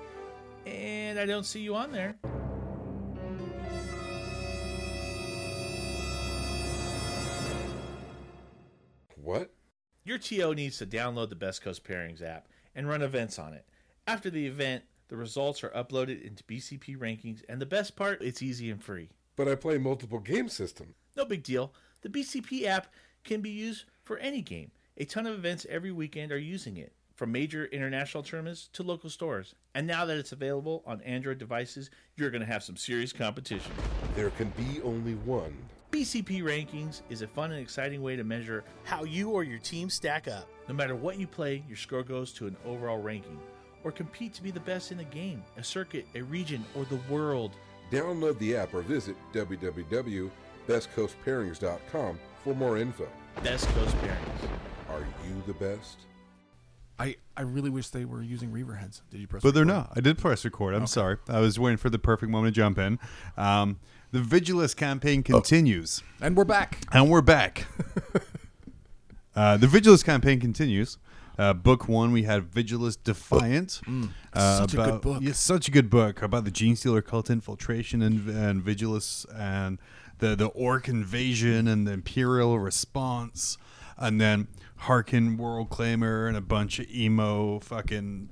S5: And I don't see you on there.
S4: What?
S5: Your TO needs to download the Best Coast Pairings app and run events on it. After the event, the results are uploaded into BCP rankings, and the best part, it's easy and free.
S4: But I play multiple game system.
S5: No big deal. The BCP app can be used for any game. A ton of events every weekend are using it, from major international tournaments to local stores. And now that it's available on Android devices, you're going to have some serious competition.
S4: There can be only one.
S5: BCP Rankings is a fun and exciting way to measure how you or your team stack up. No matter what you play, your score goes to an overall ranking, or compete to be the best in a game, a circuit, a region, or the world.
S4: Download the app or visit www.bestcoastpairings.com for more info.
S5: Best Coast Pairings.
S4: Are you the best?
S1: I, I really wish they were using Reaver heads. Did you press?
S2: But they're
S1: record?
S2: not. I did press record. I'm sorry. I was waiting for the perfect moment to jump in. Um, the Vigilus campaign
S3: Oh.
S2: continues.
S1: And we're back.
S2: And we're back. uh, the Vigilus campaign continues. Uh, book one, we had Vigilus Defiant.
S1: Mm.
S2: uh,
S1: Such a good
S2: about-
S1: book.
S2: Yeah, such a good book about the Gene Stealer cult infiltration and, and Vigilus and the, the Orc invasion and the Imperial response. And then Harkin World Claimer and a bunch of emo fucking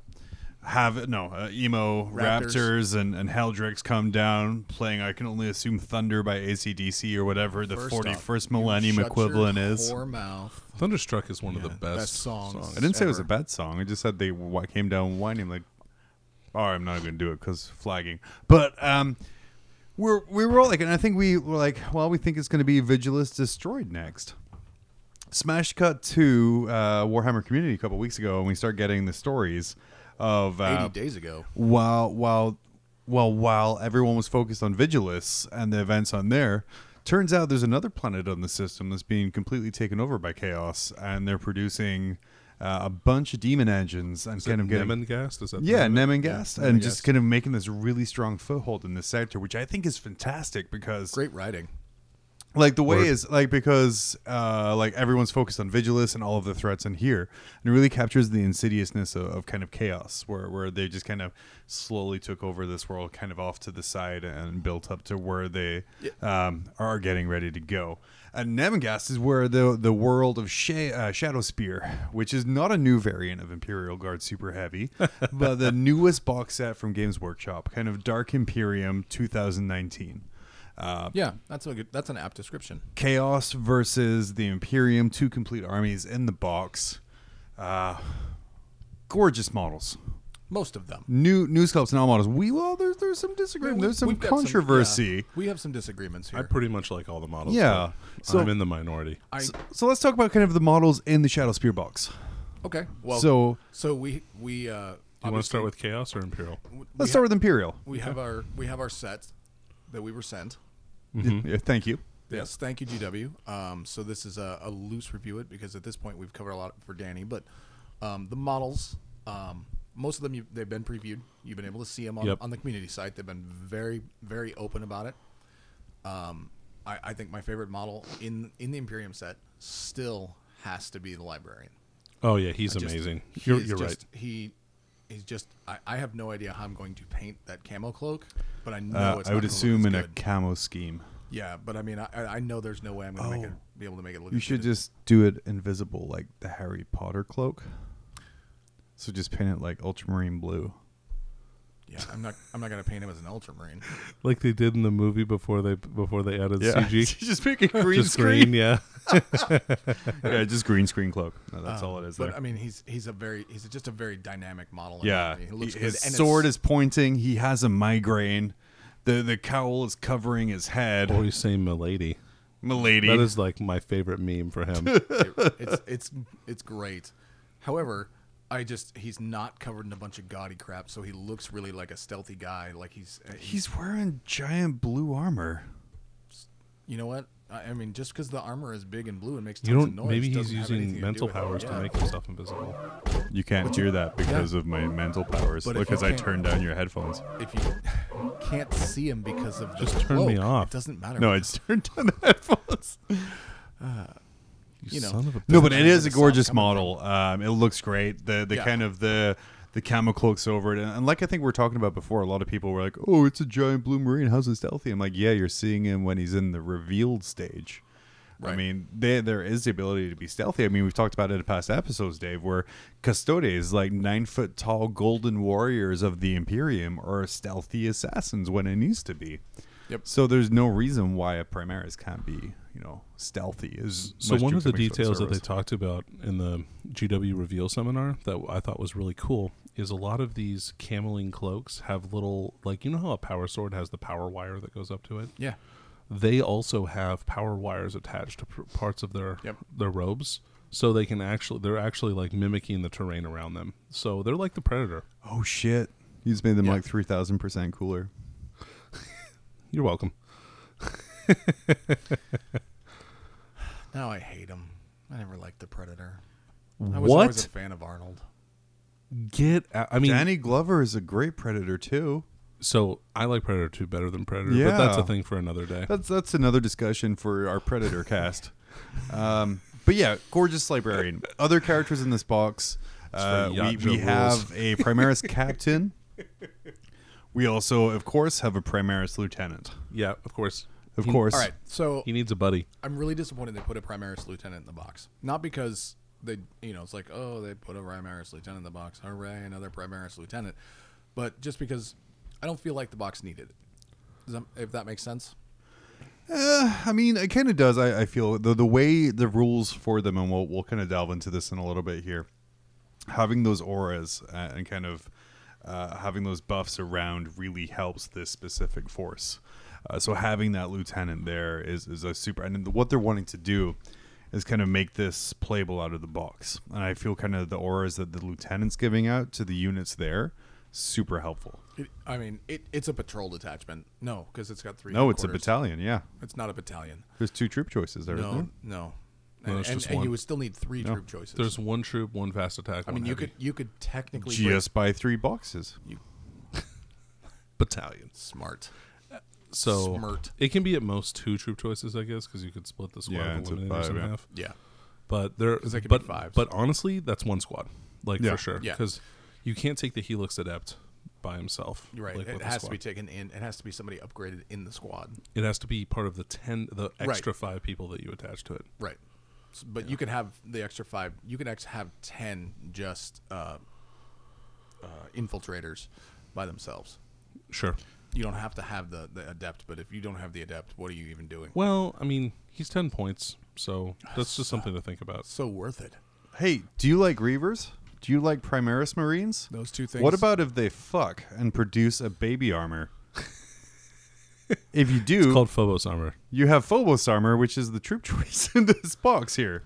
S2: have no uh, emo
S1: Raptors.
S2: raptors Raptors and, and Heldrix come down playing, I can only assume Thunder by ACDC or whatever the
S1: First off,
S2: 41st
S1: you
S2: millennium
S1: shut your
S2: equivalent is.
S1: whore mouth.
S3: Thunderstruck is one of the best,
S1: best songs.
S2: I didn't say it was a
S1: ever.
S2: bad song. I just said they wa- came down whining like, all right, I'm not going to do it because flagging. But um, we're, we were all like, and I think we were like, well, we think it's going to be Vigilus Destroyed next. Smash cut to uh, Warhammer Community a couple weeks ago, and we start getting the stories of uh,
S1: 80 days ago.
S2: while while well while everyone was focused on Vigilus and the events on there, turns out there's another planet on the system that's being completely taken over by chaos, and they're producing uh, a bunch of demon engines and kind of getting.
S3: Nemengast? Is that the
S2: Yeah,
S3: name of it?
S2: Nemengast, and just kind of making this really strong foothold in this sector, which I think is fantastic because
S1: Great writing.
S2: like the way is like because uh like everyone's focused on vigilus and all of the threats in here and it really captures the insidiousness of, of kind of chaos where where they just kind of slowly took over this world kind of off to the side and built up to where they um are getting ready to go and Namangast is where the the world of Sha- uh, Shadow Spear, which is not a new variant of Imperial Guard Super Heavy, but the newest box set from Games Workshop, kind of Dark Imperium 2019.
S1: Yeah, that's a good. That's an apt description.
S2: Chaos versus the Imperium, two complete armies in the box. Uh, gorgeous models.
S1: Most of them.
S2: New new sculpts and all models. We well, there's there's some disagreement. There's some
S1: We've got some-
S2: controversy.
S1: yeah, we have some disagreements
S3: I
S1: here.
S3: pretty much like all the models.
S2: Yeah.
S3: but
S2: So-
S3: I'm in the minority.
S1: I,
S2: so, so let's talk about kind of the models in the Shadow Spear box.
S1: okay. Well,
S2: so-
S1: so we we uh,
S3: You want to start with Chaos or Imperial?
S2: Let's start with Imperial.
S1: we have our we have our set that we were sent. Mm-hmm.
S2: Yeah, thank you.
S1: Yes, thank you, GW. Um, so this is a, a loose review it because at this point we've covered a lot for Danny, but um, the models, um, most of them you, they've been previewed. You've been able to see them on,
S3: Yep.
S1: on the community site. They've been very very open about it. Um, I, I think my favorite model in in the Imperium set still has to be the librarian.
S3: Oh yeah, he's amazing. you're
S1: he's
S3: you're
S1: just,
S3: right.
S1: He, he's just. I, I have no idea how I'm going to paint that camo cloak, but I know
S2: Uh,
S1: it's.
S2: I
S1: not
S2: would
S1: gonna look
S2: assume
S1: as
S2: in a
S1: good.
S2: camo scheme.
S1: Yeah, but I mean, I, I know there's no way I'm going to make it be able to make it look.
S2: Oh. You
S1: as
S2: should
S1: good as-
S2: just do it invisible, like the Harry Potter cloak. So just paint it like ultramarine blue.
S1: Yeah, I'm not. I'm not going to paint him as an ultramarine.
S3: Like they did in the movie before they before they added CG.
S2: just make a green
S3: Just
S2: screen.
S3: green, yeah.
S2: yeah, just green screen cloak. No, that's all it is.
S1: But um,
S2: there.
S1: I mean, he's he's a very he's just a very dynamic model. in
S2: yeah,
S1: that. he looks
S2: he-
S1: good,
S2: his
S1: and
S2: sword
S1: it's-
S2: is pointing. He has a migraine. The the cowl is covering his head.
S3: Always saying "milady."
S2: Milady.
S3: That is like my favorite meme for him.
S1: it- it's it's it's great. However, I just he's not covered in a bunch of gaudy crap, so he looks really like a stealthy guy. Like he's he's
S2: He's wearing giant blue armor.
S1: you know what I I mean. Just because the armor is big and blue and makes tons
S3: You
S1: of
S3: don't.
S1: noise,
S3: Maybe he's
S1: doesn't have anything
S3: using
S1: to do
S3: mental
S1: with it.
S3: powers to
S1: Yeah.
S3: make himself invisible.
S2: You can't hear that because of my mental powers.
S1: But if
S2: Look,
S1: you
S2: as I
S1: can't-
S2: turned down your headphones.
S1: If you can't see him because of the
S3: Just turn me
S1: cloak,
S3: off.
S1: It doesn't matter.
S2: No, I just turned down the headphones.
S3: You,
S1: know.
S3: son of a.
S2: No, but it
S1: where the
S2: is a
S1: stuff's
S2: gorgeous
S1: coming from.
S2: model. Um, it looks great. The the
S1: Yeah.
S2: kind of the the camo cloaks over it, and, and like I think we are talking about before, a lot of people were like, "Oh, it's a giant blue marine. How's it stealthy?" I'm like, "Yeah, you're seeing him when he's in the revealed stage." I
S1: Right.
S2: mean, there there is the ability to be stealthy. I mean, we've talked about it in past episodes, Dave, where custodes, like nine foot tall golden warriors of the Imperium, are stealthy assassins when it needs to be.
S1: Yep.
S2: So there's no reason why a Primaris can't be, you know, stealthy. Is
S3: So one of the details that they talked about in the GW reveal seminar that I thought was really cool is a lot of these cameling cloaks have little like you know how a power sword has the power wire that goes up to it.
S1: Yeah.
S3: They also have power wires attached to pr- parts of their
S1: Yep.
S3: their robes, so they can actually they're actually like mimicking the terrain around them. So they're like the predator.
S2: Oh shit! You just made them
S1: Yeah.
S2: like three thousand percent cooler.
S3: You're welcome.
S1: Now I hate him. I never liked the Predator. I was always
S3: What?
S1: a fan of Arnold.
S3: Get out. I mean,
S2: Danny Glover is a great predator too.
S3: so I like Predator 2 better than Predator, but
S2: Yeah.
S3: that's a thing for another day.
S2: That's that's another discussion for our predator cast. Um, but yeah, gorgeous librarian. Other characters in this box. Uh,
S3: yacht
S2: we
S3: joe
S2: we
S3: rules.
S2: have a Primaris captain. We also, of course, have a Primaris lieutenant.
S3: yeah, of course.
S2: Of
S3: He-
S2: course,
S1: All right, so
S3: He needs a buddy.
S1: I'm really disappointed they put a Primaris lieutenant in the box. Not because they, you know, it's like, oh, they put a Primaris lieutenant in the box. Hooray, another Primaris lieutenant. But just because I don't feel like the box needed it. Does that, if that makes sense?
S2: I mean, it kind of does. I, I feel the the way the rules for them, and we'll we'll kind of delve into this in a little bit here. Having those auras uh, and kind of uh, having those buffs around really helps this specific force. Uh, so having that lieutenant there is is a super. And then what they're wanting to do is kind of make this playable out of the box. And I feel kind of the auras that the lieutenant's giving out to the units there super helpful.
S1: It, I mean, it, it's a patrol detachment. No, because it's got three.
S2: No, it's a
S1: headquarters.
S2: battalion. Yeah,
S1: It's not a battalion.
S2: there's two troop choices there. not there?
S1: No, no. And,
S3: there's
S1: and,
S3: just
S1: and
S3: one.
S1: you would still need three troop choices.
S3: There's one troop, one fast attack.
S1: I mean, you could you could technically break-
S2: just by three boxes.
S3: battalion.
S1: smart.
S3: So
S1: Smart.
S3: it can be at most two troop choices, I guess, because you could split the squad
S2: Yeah,
S3: of
S2: it's a
S3: eliminators
S2: five,
S3: in
S2: yeah.
S3: half.
S1: Yeah.
S3: But there,
S1: they could
S3: but
S1: be fives.
S3: but honestly, that's one squad, like
S2: Yeah.
S3: for sure,
S1: Yeah.
S3: because you can't take the Helix Adept by himself.
S1: You're right.
S3: like,
S1: it
S3: with a
S1: has to
S3: squad.
S1: be taken in. It has to be somebody upgraded in the squad.
S3: It has to be part of the ten, the extra five people that you attach to it.
S1: Right. S- But you can have the extra five. You can ex- have ten just uh, uh, infiltrators by themselves.
S3: Sure.
S1: You don't have to have the, the adept. But if you don't have the adept, what are you even doing?
S3: Well, I mean, he's ten points, so that's just something to think about.
S1: So worth it.
S2: Hey, do you like Reavers? Do you like Primaris Marines?
S1: Those two
S2: What
S1: things.
S2: about if they fuck and produce a baby armor? if you do,
S3: Called Phobos armor.
S2: you have Phobos armor, which is the troop choice in this box here.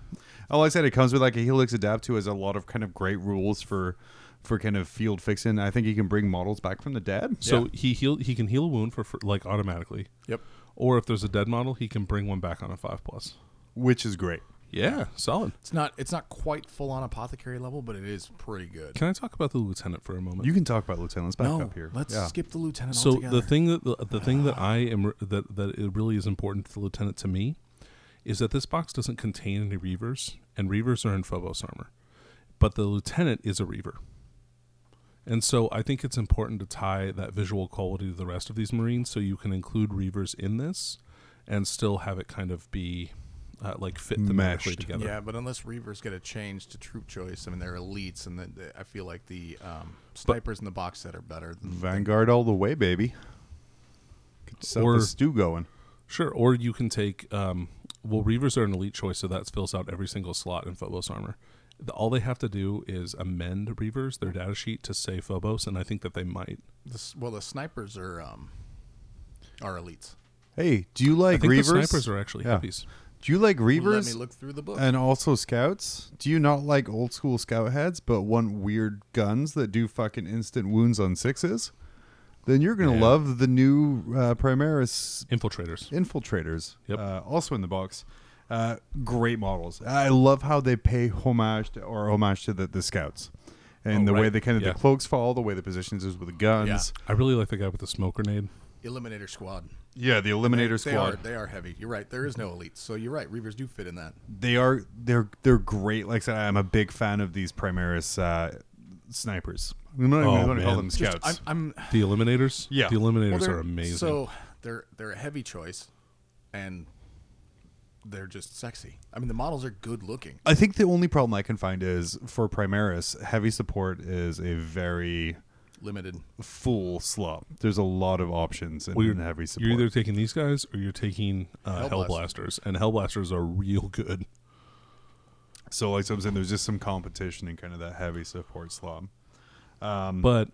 S2: Oh, Like I said, it comes with like a Helix Adapt, who has a lot of kind of great rules for for kind of field fixing. I think he can bring models back from the dead.
S3: So he heal he can heal a wound for, for like automatically.
S1: Yep.
S3: Or if there's a dead model, he can bring one back on a five plus.
S2: which is great.
S3: Yeah, solid.
S1: It's not. It's not quite full on apothecary level, but it is pretty good.
S3: Can I talk about the lieutenant for a moment?
S2: You can talk about Lieutenant. Let's back up here.
S1: let's
S2: Yeah.
S1: skip the lieutenant.
S3: so
S1: altogether.
S3: the thing that the, the thing that I am that that it really is important to the lieutenant to me is that this box doesn't contain any Reavers, and Reavers are in Phobos armor. But the Lieutenant is a Reaver. And so I think it's important to tie that visual quality to the rest of these Marines so you can include Reavers in this and still have it kind of be uh, like fit thematically
S2: Meshed.
S3: together.
S1: Yeah, but unless Reavers get a change to troop choice, I mean they're elites, and then I feel like the um, snipers in the box set are better. Than,
S2: Vanguard all the way, baby. Could sell
S3: Or-
S2: the stew going.
S3: Sure, or you can take. Um, well, Reavers are an elite choice, so that fills out every single slot in Phobos armor. The, all they have to do is amend Reavers their data sheet to say Phobos, and I think that they might.
S1: the, s- well, the snipers are um, are elites.
S2: Hey, do you like
S3: I think
S2: reavers?
S3: the snipers are actually heavies.
S2: Do you like
S1: Let
S2: reavers?
S1: me look through the book.
S2: And also scouts. Do you not like old school scout heads, but want weird guns that do fucking instant wounds on sixes? Then you're gonna love the new uh, Primaris
S3: Infiltrators.
S2: infiltrators.
S3: Yep.
S2: Uh, also in the box. Uh, great models. I love how they pay homage to, or homage to the, the scouts, and
S3: Oh,
S2: the way
S3: right.
S2: they kind of
S3: Yeah.
S2: the cloaks fall, the way the positions is with the guns.
S3: I really like the guy with the smoke grenade.
S1: Eliminator squad.
S2: Yeah, the Eliminator
S1: They are
S2: Squad.
S1: they are heavy. You're right. There is no elites, so you're right. Reavers do fit in that.
S2: they are they're they're great. Like I said, I'm a big fan of these Primaris uh, snipers. I'm not
S3: Oh,
S2: even going to call
S3: man.
S2: them
S1: Just-
S2: scouts.
S1: I'm, I'm
S3: The Eliminators.
S2: Yeah.
S3: the
S1: Well,
S3: Eliminators
S1: they're-
S3: are amazing.
S1: So they're they're a heavy choice, and they're just sexy. I mean, the models are good looking.
S2: I think the only problem I can find is for Primaris, heavy support is a very
S1: Limited.
S2: full slot. There's a lot of options in,
S3: Well,
S2: in heavy support.
S3: You're either taking these guys or you're taking uh,
S1: Hellblast-
S3: Hellblasters, and Hellblasters are real good.
S2: so like so I'm saying, there's just some competition in kind of that heavy support slot.
S1: Mm.
S3: But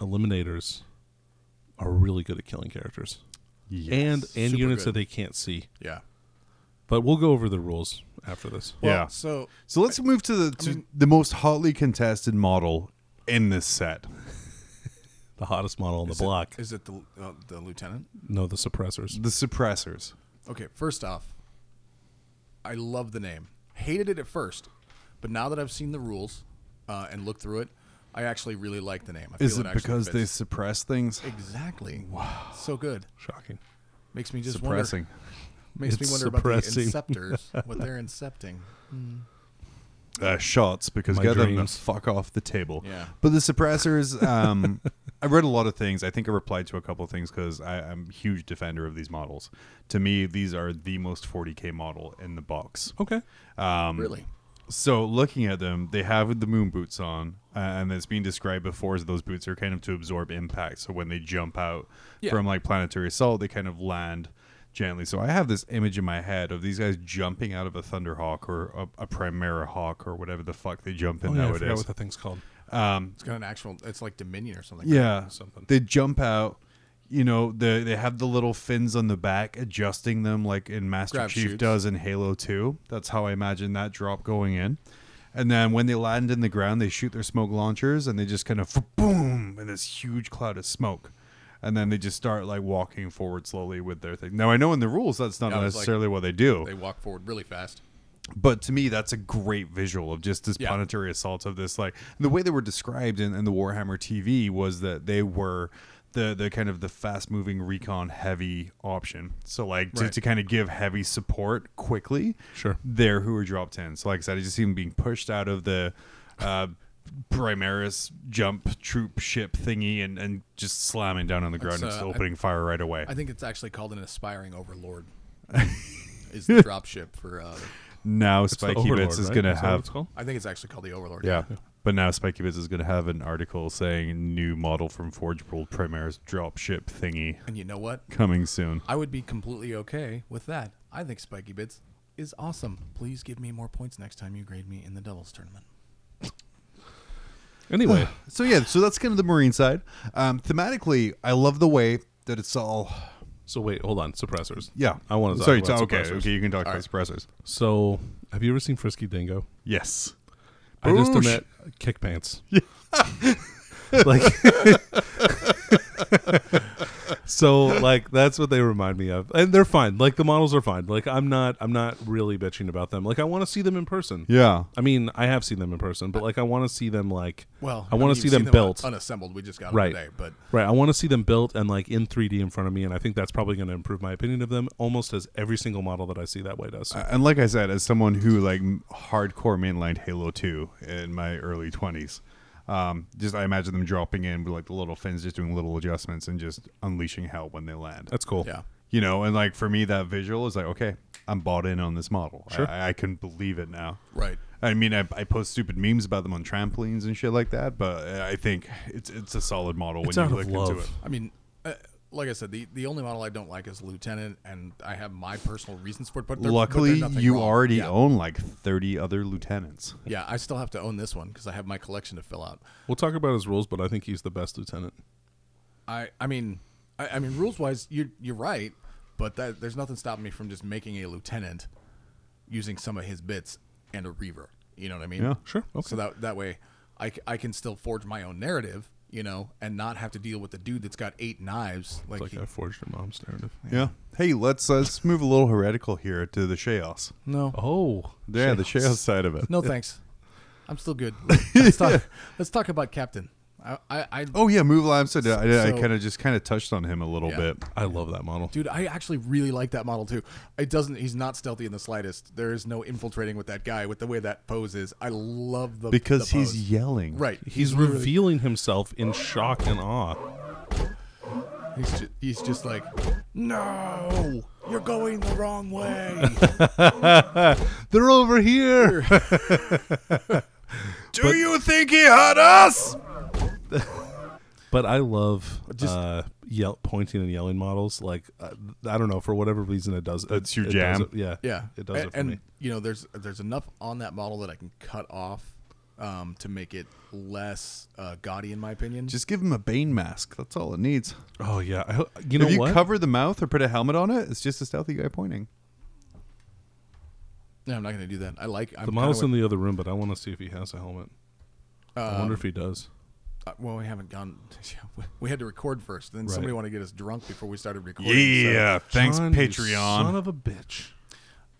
S3: Eliminators are really good at killing characters and and
S1: Super
S3: units
S1: good.
S3: that they can't see.
S1: Yeah.
S3: But we'll go over the rules after this.
S2: yeah.
S1: So
S2: So let's move to the to the most hotly contested model in this set.
S3: The hottest model on the
S1: is it-
S3: block.
S1: is it the uh, the lieutenant?
S3: no, the suppressors.
S2: The suppressors.
S1: Okay. First off, I love the name. Hated it at first, but now that I've seen the rules uh, and looked through it, I actually really like the name. I
S2: Is
S1: feel it
S2: it
S1: actually
S2: because they
S1: fits.
S2: suppress things?
S1: exactly? Wow. So good.
S3: Shocking.
S1: Makes me just wonder-
S2: Suppressing.
S1: Makes me
S3: It's
S1: wonder
S3: suppressing.
S1: about the inceptors. what they're incepting.
S2: uh, shots because
S3: My
S2: get them the
S3: dreams.
S2: fuck off the table.
S1: Yeah.
S2: But the suppressors, um, I read a lot of things. I think I replied to a couple of things because I'm a huge defender of these models. To me, these are the most 40k model in the box.
S3: Okay.
S1: really.
S2: So looking at them, they have the moon boots on, uh, and it's being described before as those boots are kind of to absorb impact. So when they jump out
S3: Yeah.
S2: from like planetary assault, they kind of land gently. So I have this image in my head of these guys jumping out of a Thunderhawk or a, a Primera Hawk or whatever the fuck they jump in
S3: Oh, yeah, I forgot
S2: nowadays.
S3: what the thing's called.
S1: It's got an actual. It's like Dominion or something.
S2: Yeah,
S3: something.
S2: they jump out. You know, they they have the little fins on the back, adjusting them like in Master
S1: Grav
S2: Chief
S1: shoots.
S2: does in Halo Two. That's how I imagine that drop going in. And then when they land in the ground, they shoot their smoke launchers, and they just kind of boom in this huge cloud of smoke. And then they just start like walking forward slowly with their thing. Now I know in the rules that's not
S1: Yeah, it's like-
S2: necessarily what they do.
S1: They walk forward really fast.
S2: But to me, that's a great visual of just this
S1: Yeah.
S2: planetary assault of this. Like the way they were described in, in the Warhammer TV was that they were the the kind of the fast moving recon heavy option. So like to,
S1: Right.
S2: to kind of give heavy support quickly.
S3: Sure.
S2: They're who were dropped in. So like I said, I just see them being pushed out of the. Uh, Primaris jump troop ship thingy and, and just slamming down on the ground and
S1: That's,
S2: just
S1: uh, I-
S2: opening fire right away.
S1: I think it's actually called an aspiring overlord. is the dropship for? Uh,
S2: now
S3: It's the
S2: Spiky
S3: Overlord,
S2: Bits is
S3: right?
S2: going to
S3: Is that what
S2: have
S3: it's called?
S1: I think it's actually called the overlord.
S2: Yeah. But now Spiky Biz is going to have an article saying new model from Forge World Primaris dropship thingy
S1: And you know what?
S2: coming soon.
S1: I would be completely okay with that. I think Spiky Bits is awesome. Please give me more points next time you grade me in the doubles tournament.
S3: Anyway,
S2: So yeah, so that's kind of the marine side. Um, thematically, I love the way that it's all
S3: so wait, hold on. Suppressors.
S2: yeah.
S3: I want to talk
S2: Sorry,
S3: about
S2: so- okay,
S3: suppressors.
S2: okay, you can talk about suppressors.
S3: So, have you ever seen Frisky Dingo?
S2: Yes.
S3: I just
S2: Boosh.
S3: admit kick pants. like So like that's what they remind me of, and they're fine. Like the models are fine. Like I'm not I'm not really bitching about them. Like I want to see them in person.
S2: Yeah.
S3: I mean I have seen them in person, but like I want to see them like
S1: Well,
S3: I
S1: mean,
S3: want to
S1: you've
S3: see
S1: seen
S3: them built.
S1: unassembled. We just got
S3: Right.
S1: them today, but
S3: Right, I want to see them built and like in 3D in front of me, and I think that's probably going to improve my opinion of them almost as every single model that I see that way does.
S2: Uh, And like I said, as someone who like m- hardcore mainlined Halo 2 in my early 20s, um, just I imagine them dropping in with like the little fins, just doing little adjustments and just unleashing hell when they land.
S3: that's cool.
S1: yeah,
S2: you know, and like for me, that visual is like, okay, I'm bought in on this model.
S3: Sure.
S2: I, I can believe it now.
S1: right.
S2: I mean, I, I post stupid memes about them on trampolines and shit like that, but I think it's it's a solid model
S3: It's
S2: when
S3: out
S2: you
S3: of
S2: look into
S3: love.
S2: it.
S1: I mean, uh, like I said, the, the only model I don't like is Lieutenant, and I have my personal reasons for it. But they're- but they're
S2: Luckily,
S1: nothing
S2: you
S1: wrong.
S2: already
S1: yeah.
S2: own like 30 other lieutenants.
S1: Yeah, I still have to own this one because I have my collection to fill out.
S3: We'll talk about his rules, but I think he's the best lieutenant.
S1: I I mean, I, I mean, rules wise, you you're right, but that, there's nothing stopping me from just making a lieutenant using some of his bits and a reaver. You know what I mean?
S2: Yeah,
S3: sure, okay.
S1: So that that way, I, c- I can still forge my own narrative, you know, and not have to deal with the dude that's got eight knives. Like,
S3: Like
S1: he-
S3: I forged your mom's narrative.
S2: Yeah. Hey, let's uh, let's move a little heretical here to the chaos.
S1: no,
S3: Oh,
S2: Yeah, the chaos side of it.
S1: no, thanks. I'm still good. Let's talk, let's talk about Captain. I I, I
S2: Oh yeah, move live. So, I, I
S1: So-
S2: kind of just kind of touched on him a little
S1: Yeah.
S2: bit.
S3: I love that model.
S1: Dude, I actually really like that model too. It doesn't. He's not stealthy in the slightest. There is no infiltrating with that guy with the way that pose is. I love the
S2: because
S1: the
S2: he's
S1: pose.
S2: yelling.
S1: right.
S3: He's
S1: literally-
S3: revealing himself in shock and awe.
S1: He's just, he's just like, no, you're going the wrong way.
S3: They're over here.
S2: Do you think he had us?
S3: but I love
S1: Just-
S3: uh, yell, pointing and yelling models. Like uh, I don't know for whatever reason it does.
S2: That's
S3: it,
S2: your
S3: it
S2: jam?
S3: does it- yeah,
S1: yeah,
S3: It does
S1: and,
S3: it for
S1: and,
S3: me.
S1: you know, there's there's enough on that model that I can cut off um, to make it less uh, gaudy, in my opinion.
S2: Just give him a Bane mask. That's all it needs.
S3: Oh yeah. I, ho- you know
S2: if you
S3: what?
S2: cover the mouth or put a helmet on it, it's just a stealthy guy pointing.
S1: no, I'm not gonna do that. I like I'm
S3: the model's in the other room, but I want to see if he has a helmet. I wonder if he does.
S1: Uh, well, we haven't gone. We had to record first. Then somebody wanted to get us drunk before we started recording. so-
S3: John, you Son of a bitch.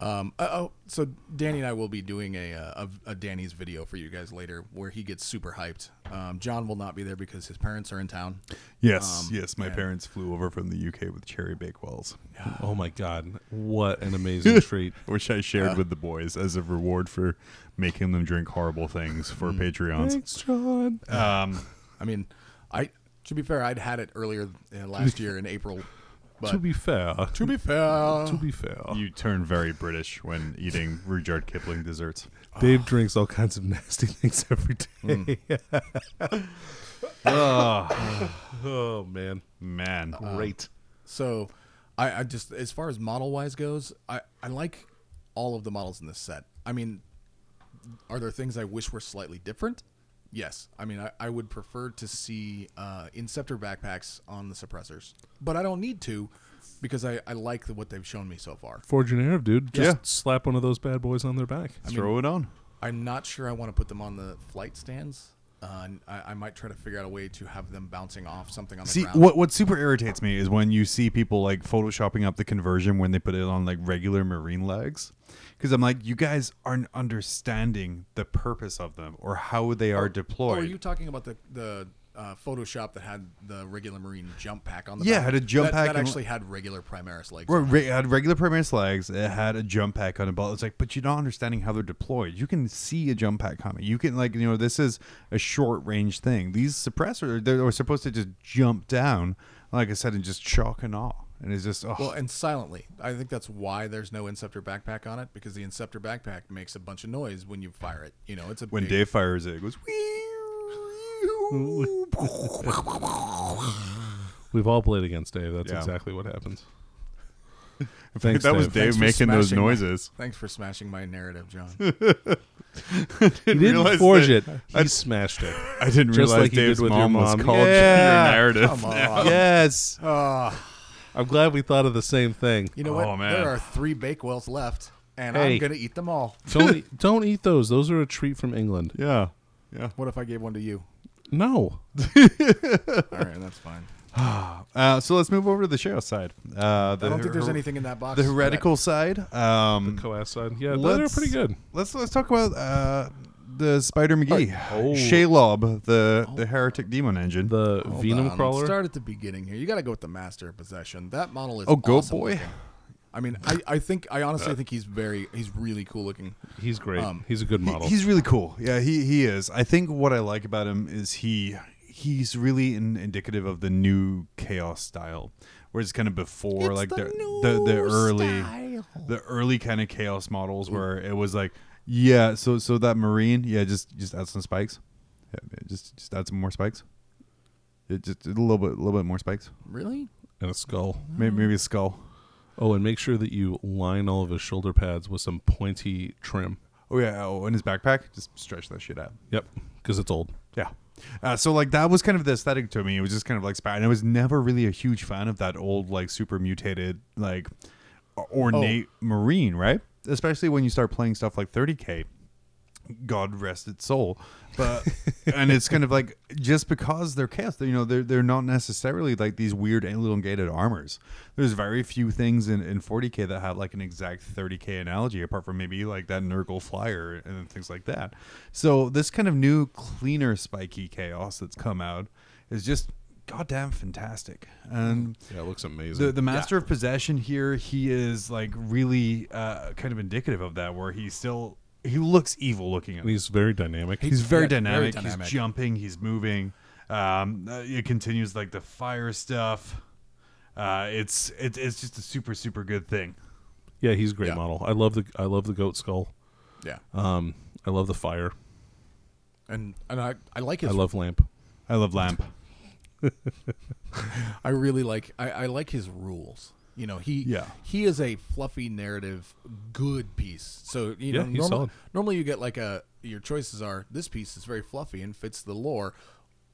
S1: Um, uh, oh, so Danny and I will be doing a, uh, a a Danny's video for you guys later, where he gets super hyped. Um, John will not be there because his parents are in town.
S2: Yes, yes. My
S1: yeah.
S2: parents flew over from the UK with cherry bakewells,
S3: Oh my god! What an amazing treat.
S2: which I shared with the boys as a reward for making them drink horrible things for Patreons.
S3: Thanks, John.
S2: Um,
S1: I mean, I to be fair, I'd had it earlier uh, last year in April, but
S3: to be fair,
S1: to be fair,
S3: to be fair,
S2: you turn very British when eating Rudyard Kipling desserts.
S3: Dave drinks all kinds of nasty things every day. oh man,
S2: Man,
S3: great.
S1: so I, I just as far as model wise goes, I I like all of the models in this set. I mean, are there things I wish were slightly different? Yes. I mean, I, I would prefer to see uh, Inceptor backpacks on the suppressors, but I don't need to because I, I like the, what they've shown me so far.
S3: Forge an Arab, dude. Just
S2: Yeah.
S3: slap one of those bad boys on their back.
S2: throw it on.
S1: I'm not sure I want to put them on the flight stands. Uh, and I, I might try to figure out a way to have them bouncing off something on the
S2: See
S1: ground.
S2: what what super irritates me is when you see people like photoshopping up the conversion when they put it on like regular marine legs, because I'm like, you guys aren't understanding the purpose of them or how they are
S1: Oh,
S2: deployed.
S1: are you talking about the the uh, Photoshop that had the regular Marine jump pack on the
S2: Yeah,
S1: back?
S2: had a jump
S1: that,
S2: pack
S1: that
S2: and-
S1: actually had regular Primaris legs.
S2: Well,
S1: on it.
S2: re- it had regular Primaris legs. It had a jump pack on a belt. It's like, but you're not understanding how they're deployed. You can see a jump pack coming. You can like, you know, this is a short range thing. These suppressors they're, they're supposed to just jump down, like I said, and just shock and awe. And it's just, oh,
S1: Well, and silently. I think that's why there's no Inceptor backpack on it because the Inceptor backpack makes a bunch of noise when you fire it. You know, it's a
S2: when
S1: big,
S2: Dave fires it, it goes.
S3: We've all played against Dave. That's
S2: Yeah.
S3: exactly what happens. Thanks,
S2: that was
S3: Dave.
S2: Dave
S1: Thanks for
S2: making those
S1: smashing my-
S2: noises.
S1: Thanks for smashing my narrative, John.
S3: He
S2: realize
S3: didn't forge it.
S2: that-
S3: He smashed it.
S2: I didn't
S3: Just
S2: realize
S3: like you did
S2: Dave's
S3: with your
S2: mom, was
S3: mom.
S2: called
S3: Yeah.
S2: your narrative.
S1: Come on.
S3: yes.
S1: Ah,
S3: I'm glad we thought of the same thing.
S1: you know what?
S2: Oh, man.
S1: There are three Bakewells left, and
S3: Hey.
S1: I'm gonna eat them all.
S3: Don't eat, don't eat those. Those are a treat from England.
S2: Yeah, yeah.
S1: What if I gave one to you?
S3: No.
S1: All right, that's fine.
S2: Uh, so let's move over to the Shao side. Uh, the
S1: I don't think there's
S2: her-
S1: anything in that box.
S2: The heretical side. Um,
S3: Coas side. Yeah, they're pretty good.
S2: Let's let's talk about uh, the Spider McGee,
S3: Oh.
S2: Shalob, the the heretic demon engine.
S3: The
S1: Hold
S3: Venom
S1: on,
S3: Crawler.
S1: Start at the beginning here. You got to go with the master of possession. That model is
S2: oh, go
S1: awesome
S2: boy!
S1: looking. I mean, I, I think I
S3: Uh.
S1: honestly think he's very he's really cool looking.
S3: He's great.
S1: Um,
S3: he's a good
S2: He-
S3: model.
S2: he's really cool. Yeah, he he is. I think what I like about him is he he's really in, indicative of the new chaos style, where it's kind of before like the the, the early the early kind of chaos models where it was like yeah, so so that marine yeah just just add some spikes, Yeah, just just add some more spikes, Yeah, just a little bit a little bit more spikes,
S1: Really?
S3: and a skull.
S2: maybe maybe a skull.
S3: Oh, and make sure that you line all of his shoulder pads with some pointy trim.
S2: Oh yeah, oh, in his backpack, just stretch that shit out.
S3: Yep, because it's old.
S2: Yeah. Uh, so like that was kind of the aesthetic to me. It was just kind of like Spider. And I was never really a huge fan of that old like super mutated like o- ornate marine, right? Especially when you start playing stuff like 30k. God rest its soul, but and it's kind of like just because they're chaos, you know, they're they're not necessarily like these weird elongated armors. There's very few things in, in 40k that have like an exact 30k analogy, apart from maybe like that Nurgle flyer and things like that. So this kind of new cleaner spiky chaos that's come out is just goddamn fantastic. And
S3: Yeah, it looks amazing.
S2: the, the master of possession here he is like really uh, kind of indicative of that where he still he looks evil looking at
S3: and he's very dynamic.
S2: he's very,
S1: yeah, very
S2: dynamic.
S1: dynamic.
S2: he's jumping he's moving um, uh, it continues like the fire stuff uh, it's it, it's just a super super good thing
S3: yeah, he's a great
S1: Yeah.
S3: model. I love the I love the goat skull.
S1: Yeah.
S3: Um, I love the fire.
S1: And and I, I like
S3: I
S1: his
S3: love lamp.
S2: i love lamp
S1: I really like I, I like his rules. You know, he
S2: Yeah.
S1: he is a fluffy narrative good piece. So you
S3: Yeah,
S1: know
S3: he's
S1: normally,
S3: solid.
S1: normally you get like a your choices are this piece is very fluffy and fits the lore,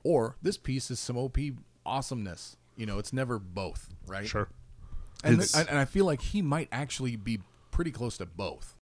S1: or this piece is some OP awesomeness. You know, it's never both, right?
S3: Sure.
S1: And,
S2: It's-
S1: and I feel like he might actually be pretty close to both.